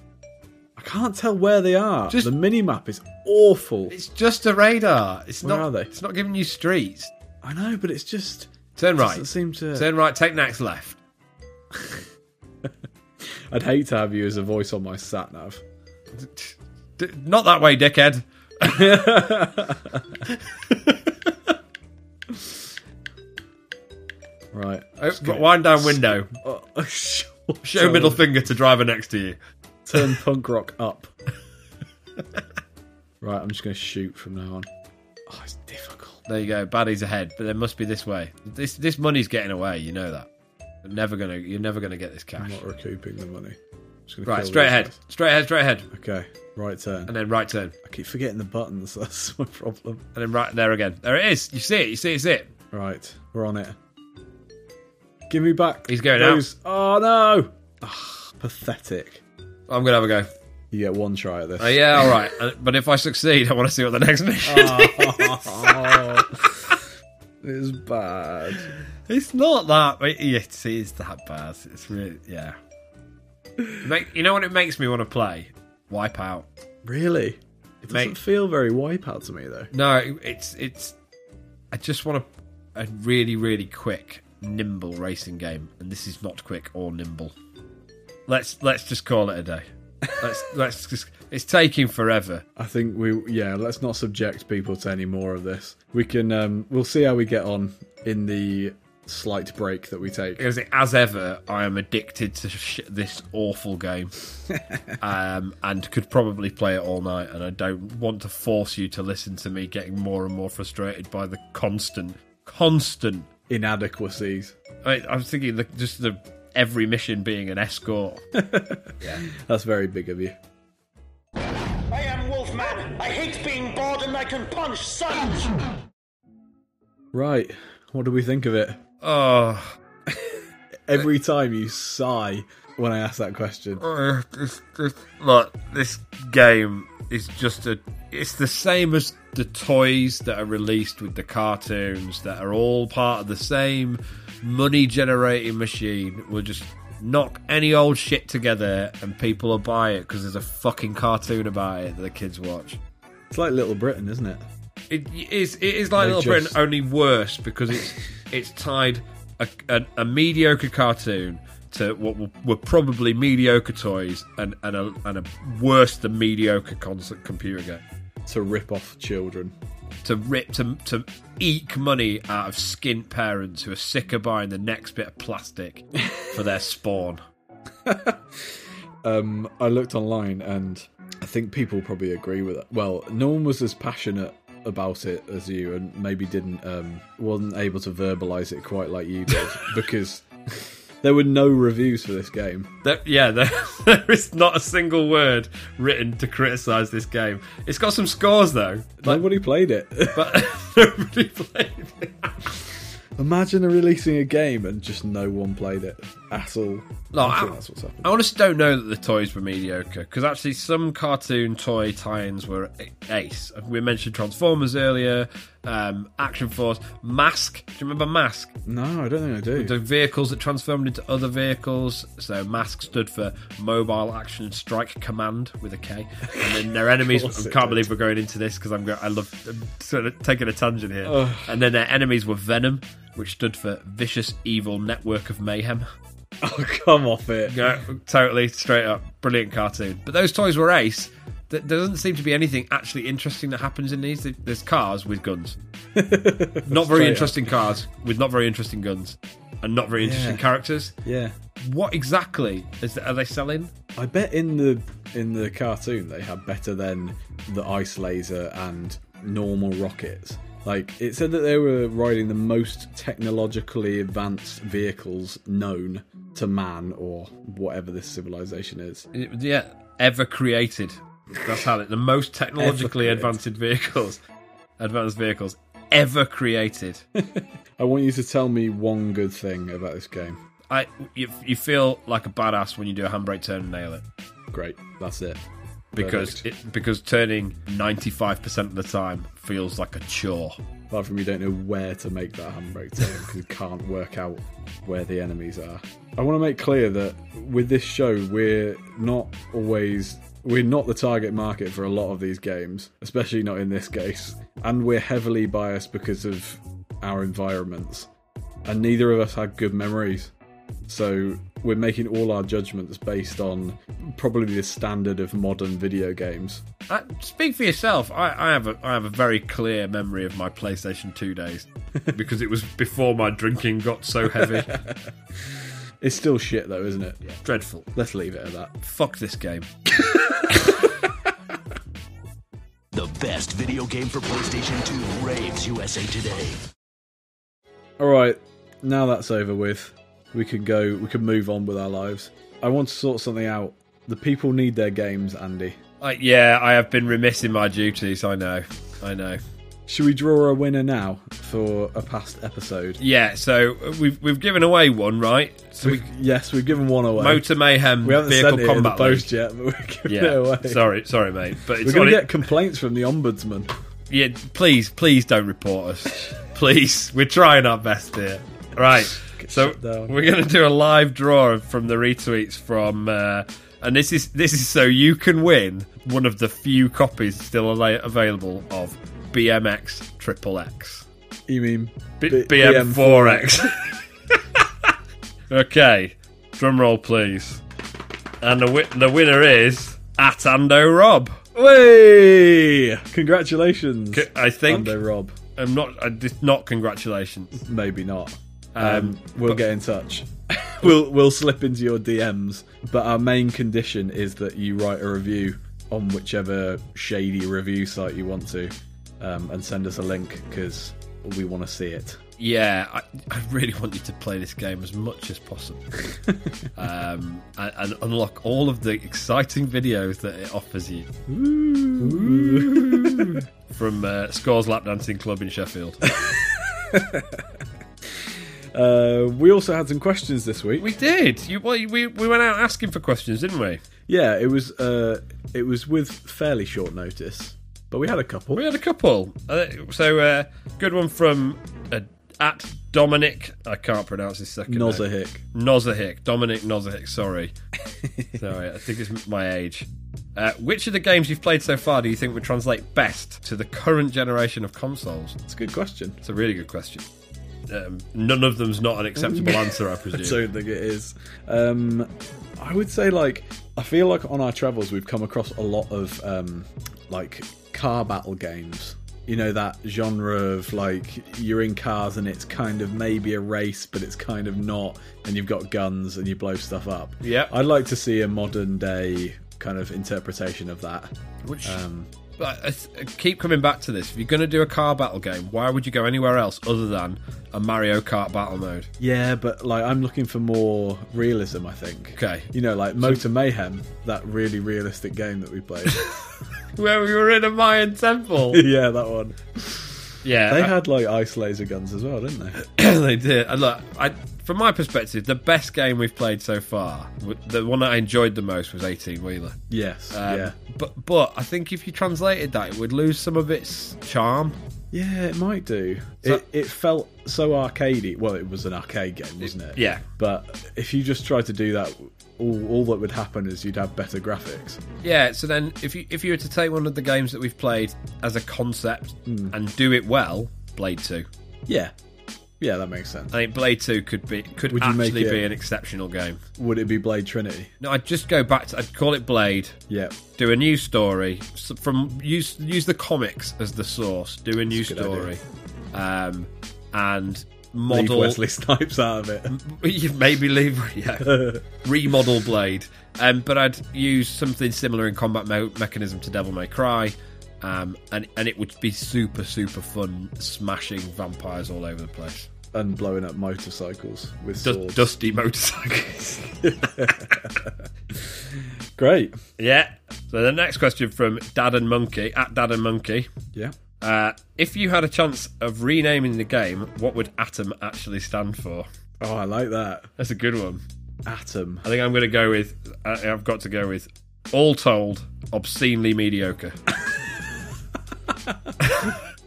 Speaker 1: I can't tell where they are.
Speaker 2: Just-
Speaker 1: The minimap is awful.
Speaker 2: It's just a radar. It's
Speaker 1: Where
Speaker 2: not.
Speaker 1: are they?
Speaker 2: It's not giving you streets.
Speaker 1: I know, but it's just.
Speaker 2: Turn right.
Speaker 1: Doesn't seem to.
Speaker 2: Turn right. Take next left.
Speaker 1: I'd hate to have you as a voice on my sat nav.
Speaker 2: D- not that way, dickhead.
Speaker 1: Right.
Speaker 2: Oh, wind down window.
Speaker 1: Oh, show
Speaker 2: Show middle finger to driver next to you.
Speaker 1: Turn punk rock up. right, I'm just going to shoot from now on. Oh, it's difficult.
Speaker 2: There you go, baddies ahead, but there must be this way. This this money's getting away, you know that. You're never gonna you're never gonna get this
Speaker 1: I'm
Speaker 2: cash.
Speaker 1: not recouping the money. I'm just gonna
Speaker 2: Right,
Speaker 1: kill
Speaker 2: straight
Speaker 1: these
Speaker 2: ahead.
Speaker 1: guys.
Speaker 2: Straight ahead, straight ahead.
Speaker 1: Okay, right turn.
Speaker 2: And then right turn.
Speaker 1: I keep forgetting the buttons, that's my problem.
Speaker 2: And then right there again. There it is. You see it, you see it, you see it.
Speaker 1: Right, we're on it. Give me back.
Speaker 2: He's going
Speaker 1: out. Oh, no! Ah, pathetic.
Speaker 2: I'm gonna have a go.
Speaker 1: You get one try at this.
Speaker 2: Oh yeah, alright. Uh, but if I succeed, I wanna see what the next mission is.
Speaker 1: It's Oh, bad.
Speaker 2: It's not that it it is that bad. It's really yeah. Make, you know what it makes me want to play? Wipe out.
Speaker 1: Really? It doesn't
Speaker 2: Mate.
Speaker 1: feel very wipeout to me, though.
Speaker 2: No, it's it's I just want a, a really, really quick, nimble racing game, and this is not quick or nimble. Let's let's just call it a day. Let's let's just. It's taking forever.
Speaker 1: I think we yeah, let's not subject people to any more of this. We can um we'll see how we get on in the slight break that we take.
Speaker 2: Because as ever, I am addicted to sh- this awful game, um, and could probably play it all night. And I don't want to force you to listen to me getting more and more frustrated by the constant, constant.
Speaker 1: Inadequacies.
Speaker 2: I, I'm thinking the, just the every mission being an escort.
Speaker 1: That's very big of you.
Speaker 5: I am Wolfman. I hate being bored and I can punch sons.
Speaker 1: Right. What do we think of it?
Speaker 2: Oh,
Speaker 1: Every time you sigh when I ask that question.
Speaker 2: uh, this, this, look, this game is just a. It's the same as the toys that are released with the cartoons that are all part of the same money generating machine. We'll just knock any old shit together and people will buy it because there's a fucking cartoon about it that the kids watch.
Speaker 1: It's like Little Britain, isn't it?
Speaker 2: It is. It is like
Speaker 1: They
Speaker 2: Little
Speaker 1: just-
Speaker 2: Britain, only worse because it's it's tied a, a, a mediocre cartoon to what were- were probably mediocre toys and and a, and a worse than mediocre concert computer game
Speaker 1: To rip off children.
Speaker 2: to rip to to eke money out of skint parents who are sick of buying the next bit of plastic for their spawn.
Speaker 1: um, I looked online and I think people probably agree with it. Well, no one was as passionate about it as you, and maybe didn't um, wasn't able to verbalise it quite like you did because there were no reviews for this game.
Speaker 2: There, yeah, there, there is not a single word written to criticise this game. It's got some scores though.
Speaker 1: Nobody played it.
Speaker 2: but nobody played it.
Speaker 1: Imagine releasing a game and just no one played it at all.
Speaker 2: No,
Speaker 1: I think
Speaker 2: I-
Speaker 1: that's what's happened.
Speaker 2: I honestly don't know that the toys were mediocre because actually some cartoon toy tie-ins were a- ace. We mentioned Transformers earlier, um, Action Force, Mask. Do you remember Mask?
Speaker 1: no, I don't think I do.
Speaker 2: The vehicles that transformed into other vehicles. So Mask stood for Mobile Action Strike Command with a K, and then their enemies. I
Speaker 1: course
Speaker 2: can't
Speaker 1: it did.
Speaker 2: believe we're going into this because I'm go- I love I'm sort of taking a tangent here. And then their enemies were Venom, which stood for Vicious Evil Network of Mayhem.
Speaker 1: Oh, come off it.
Speaker 2: Yeah, totally straight up, brilliant cartoon. But those toys were ace. Th- There doesn't seem to be anything actually interesting that happens in these. There's cars with guns, not
Speaker 1: Straight
Speaker 2: very
Speaker 1: up.
Speaker 2: interesting cars with not very interesting guns, and not very interesting
Speaker 1: Yeah.
Speaker 2: characters.
Speaker 1: Yeah.
Speaker 2: What exactly is are they selling?
Speaker 1: I bet in the in the cartoon they had better than the ice laser and normal rockets. Like it said that they were riding the most technologically advanced vehicles known to man or whatever this civilization is.
Speaker 2: Yeah, ever created. That's how it. The most technologically
Speaker 1: created.
Speaker 2: advanced vehicles, advanced vehicles ever created.
Speaker 1: I want you to tell me one good thing about this game.
Speaker 2: I you, you feel like a badass when you do a handbrake turn and nail it.
Speaker 1: Great, that's it.
Speaker 2: because
Speaker 1: Perfect.
Speaker 2: it, because turning 95% of the time feels like a chore.
Speaker 1: apart from you don't know where to make that handbrake turn because you can't work out where the enemies are. I want to make clear that with this show, we're not always we're not the target market for a lot of these games, especially not in this case, and we're heavily biased because of our environments, and neither of us had good memories. So we're making all our judgments based on probably the standard of modern video games.
Speaker 2: Uh, speak for yourself. I, I have a I have a very clear memory of my PlayStation 2 days because it was before my drinking got so heavy.
Speaker 1: It's still shit though, isn't it? Yeah.
Speaker 2: Dreadful.
Speaker 1: Let's leave it at that.
Speaker 2: Fuck this game.
Speaker 4: The best video game for PlayStation 2 raves USA Today.
Speaker 1: All right, now that's over with. We can go. We can move on with our lives. I want to sort something out. The people need their games, Andy.
Speaker 2: I, yeah, I have been remiss in my duties. I know. I know.
Speaker 1: Should we draw a winner now for a past episode?
Speaker 2: Yeah, so uh, we've we've given away one, right? So we,
Speaker 1: yes, we've given one away.
Speaker 2: Motor Mayhem
Speaker 1: we haven't
Speaker 2: Vehicle
Speaker 1: sent it in the
Speaker 2: Combat
Speaker 1: post yet, but we're giving
Speaker 2: League.
Speaker 1: it away.
Speaker 2: Yeah. Sorry, sorry mate, but it's
Speaker 1: we're going
Speaker 2: on
Speaker 1: to
Speaker 2: it.
Speaker 1: get complaints from the ombudsman.
Speaker 2: Yeah, please, please don't report us. please, we're trying our best here. Right, so
Speaker 1: shut down.
Speaker 2: we're going to do a live draw from the retweets from, uh, and this is this is so you can win one of the few copies still ala- available of BMX Triple X.
Speaker 1: You mean
Speaker 2: B-
Speaker 1: B-
Speaker 2: BM4X. okay, drum roll, please. And the, wi- the winner is Atando Rob.
Speaker 1: Way! Congratulations.
Speaker 2: C- I think
Speaker 1: Ando Rob.
Speaker 2: I'm not. I did not congratulations.
Speaker 1: Maybe not.
Speaker 2: Um,
Speaker 1: Um, we'll get in touch. we'll we'll slip into your DMs, but our main condition is that you write a review on whichever shady review site you want to, um, and send us a link because we want to see it.
Speaker 2: Yeah, I, I really want you to play this game as much as possible, um, and, and unlock all of the exciting videos that it offers you from uh, Scores Lap Dancing Club in Sheffield.
Speaker 1: Uh, we also had some questions this week.
Speaker 2: We did. You, well, we we went out asking for questions, didn't we?
Speaker 1: yeah, it was uh, it was with fairly short notice, but we had a couple.
Speaker 2: We had a couple. Uh, so uh, good one from uh, at Dominic. I can't pronounce his second name.
Speaker 1: Nozahick.
Speaker 2: Nozahick. Dominic Nozahick. Sorry. sorry. I think it's my age. Uh, which of the games you've played so far do you think would translate best to the current generation of consoles?
Speaker 1: It's a good question.
Speaker 2: It's a really good question. Um, none of them's not an acceptable answer, I presume.
Speaker 1: I don't think it is. Um, I would say like I feel like on our travels we've come across a lot of um, like car battle games. You know that genre of like you're in cars and it's kind of maybe a race, but it's kind of not, and you've got guns and you blow stuff up.
Speaker 2: Yep.
Speaker 1: I'd like to see a modern day kind of interpretation of that.
Speaker 2: Which, but I, I keep coming back to this. If you're going to do a car battle game, why would you go anywhere else other than a Mario Kart battle mode?
Speaker 1: Yeah, but like I'm looking for more realism. I think.
Speaker 2: Okay.
Speaker 1: You know, like Motor Mayhem, that really realistic game that we played.
Speaker 2: Where we were in a Mayan temple.
Speaker 1: yeah, that one.
Speaker 2: yeah, uh,
Speaker 1: They
Speaker 2: I-
Speaker 1: had like ice laser guns as well, didn't they?
Speaker 2: they did. And look, I, from my perspective, the best game we've played so far, w- the one that I enjoyed the most was 18 Wheeler.
Speaker 1: Yes.
Speaker 2: Um,
Speaker 1: yeah.
Speaker 2: But but I think if you translated that, it would lose some of its charm.
Speaker 1: Yeah, it might do.
Speaker 2: So-
Speaker 1: it, it felt so arcadey. Well, it was an arcade game, wasn't it?
Speaker 2: Yeah.
Speaker 1: But if you just tried to do that, all, all that would happen is you'd have better graphics.
Speaker 2: Yeah, so then if you if you were to take one of the games that we've played as a concept
Speaker 1: Hmm.
Speaker 2: and do it well, Blade 2.
Speaker 1: Yeah. Yeah, that makes sense.
Speaker 2: I think Blade 2 could be could
Speaker 1: Would you make
Speaker 2: actually
Speaker 1: it-
Speaker 2: be an exceptional game.
Speaker 1: Would it be Blade Trinity?
Speaker 2: No, I'd just go back to I'd call it Blade,
Speaker 1: Yeah.
Speaker 2: do a new story s- from use use the comics as the source, do a new
Speaker 1: a good
Speaker 2: story. Um and
Speaker 1: Leave
Speaker 2: model
Speaker 1: Wesley Snipes out of it.
Speaker 2: maybe leave yeah. remodel Blade. Um, but I'd use something similar in combat me- mechanism to Devil May Cry. Um, and, and it would be super, super fun smashing vampires all over the place.
Speaker 1: And blowing up motorcycles with
Speaker 2: Du-
Speaker 1: swords.
Speaker 2: dusty motorcycles.
Speaker 1: Great.
Speaker 2: Yeah. So the next question from Dad and Monkey at Dad and Monkey.
Speaker 1: Yeah.
Speaker 2: Uh, if you had a chance of renaming the game, what would Atom actually stand for?
Speaker 1: Oh, I like that.
Speaker 2: That's a good one.
Speaker 1: Atom.
Speaker 2: I think I'm going to go with. I, I've got to go with. All told, obscenely mediocre.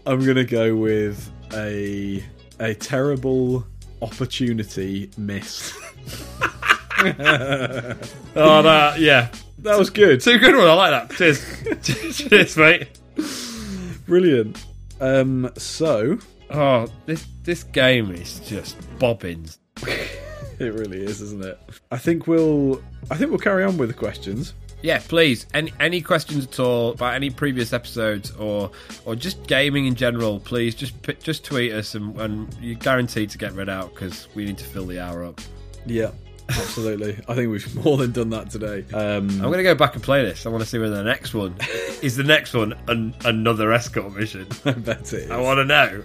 Speaker 1: I'm gonna go with a a terrible opportunity missed.
Speaker 2: oh, that yeah,
Speaker 1: That was good.
Speaker 2: two good one. I like that. Cheers, cheers, mate.
Speaker 1: Brilliant. Um, so
Speaker 2: Oh, this this game is just bobbins.
Speaker 1: it really is, isn't it? I think we'll I think we'll carry on with the questions.
Speaker 2: Yeah, please. Any any questions at all about any previous episodes or or just gaming in general? Please just p- just tweet us and, and you're guaranteed to get read out because we need to fill the hour up.
Speaker 1: Yeah, absolutely. I think we've more than done that today. Um,
Speaker 2: I'm gonna go back and play this. I want to see whether the next one is the next one an, another escort mission.
Speaker 1: I bet it. Is.
Speaker 2: I want to know.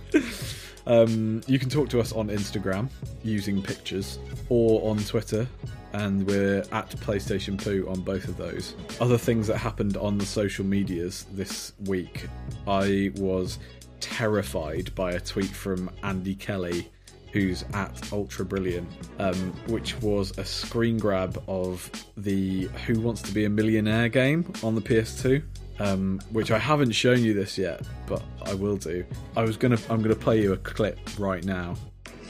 Speaker 1: Um, you can talk to us on Instagram using pictures or on Twitter, and we're at PlayStation Poo on both of those. Other things that happened on the social medias this week, I was terrified by a tweet from Andy Kelly, who's at Ultra Brilliant, um, which was a screen grab of the Who Wants to Be a Millionaire game on the PS2 um, which I haven't shown you this yet, but I will do. I was gonna, I'm gonna play you a clip right now.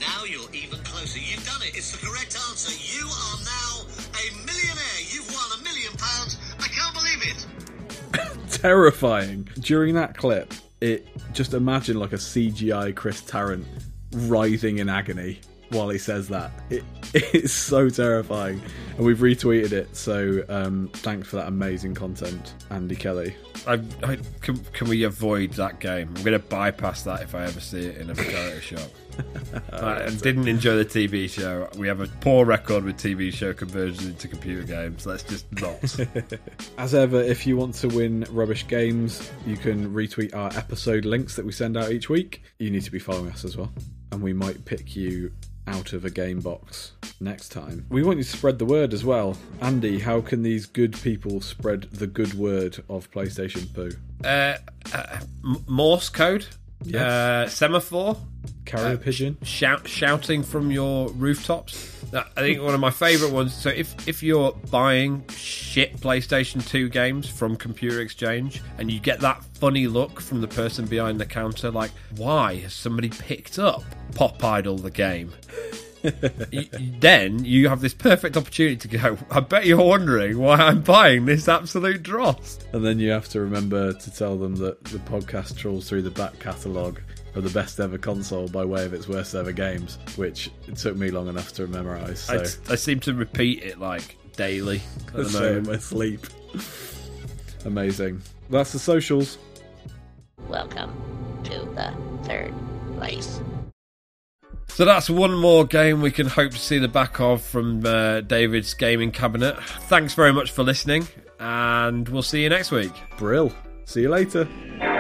Speaker 6: Now you're even closer. You've done it. It's the correct answer. You are now a millionaire. You've won a million pounds. I can't believe it.
Speaker 1: Terrifying. During that clip, it just imagine like a CGI Chris Tarrant writhing in agony while he says that. It, it's so terrifying, and we've retweeted it. So um, thanks for that amazing content, Andy Kelly.
Speaker 2: I, I, can, can we avoid that game? I'm going to bypass that if I ever see it in a charity shop. I didn't enjoy the TV show. We have a poor record with TV show conversions into computer games. Let's just not.
Speaker 1: As ever, if you want to win rubbish games, you can retweet our episode links that we send out each week. You need to be following us as well, and we might pick you out of a game box next time. We want you to spread the word as well. Andy, how can these good people spread the good word of PlayStation Poo?
Speaker 2: uh, uh, M- Morse code,
Speaker 1: Yes.
Speaker 2: uh, semaphore,
Speaker 1: Carrier pigeon?
Speaker 2: shout shouting from your rooftops. That- I think one of my favourite ones. So if if you're buying shit PlayStation Two games from Computer Exchange and you get that funny look from the person behind the counter, like why has somebody picked up Pop Idol the game? y- then you have this perfect opportunity to go. I bet you're wondering why I'm buying this absolute dross.
Speaker 1: And then you have to remember to tell them that the podcast trawls through the back catalogue of the best ever console by way of its worst ever games, which it took me long enough to memorise. So
Speaker 2: I, I seem to repeat it like daily at the
Speaker 1: so in
Speaker 2: moment.
Speaker 1: my sleep. Amazing. That's the socials.
Speaker 3: Welcome to the third place.
Speaker 2: So that's one more game we can hope to see the back of from uh, David's gaming cabinet. Thanks very much for listening, and we'll see you next week.
Speaker 1: Brill. See you later.
Speaker 5: Bye.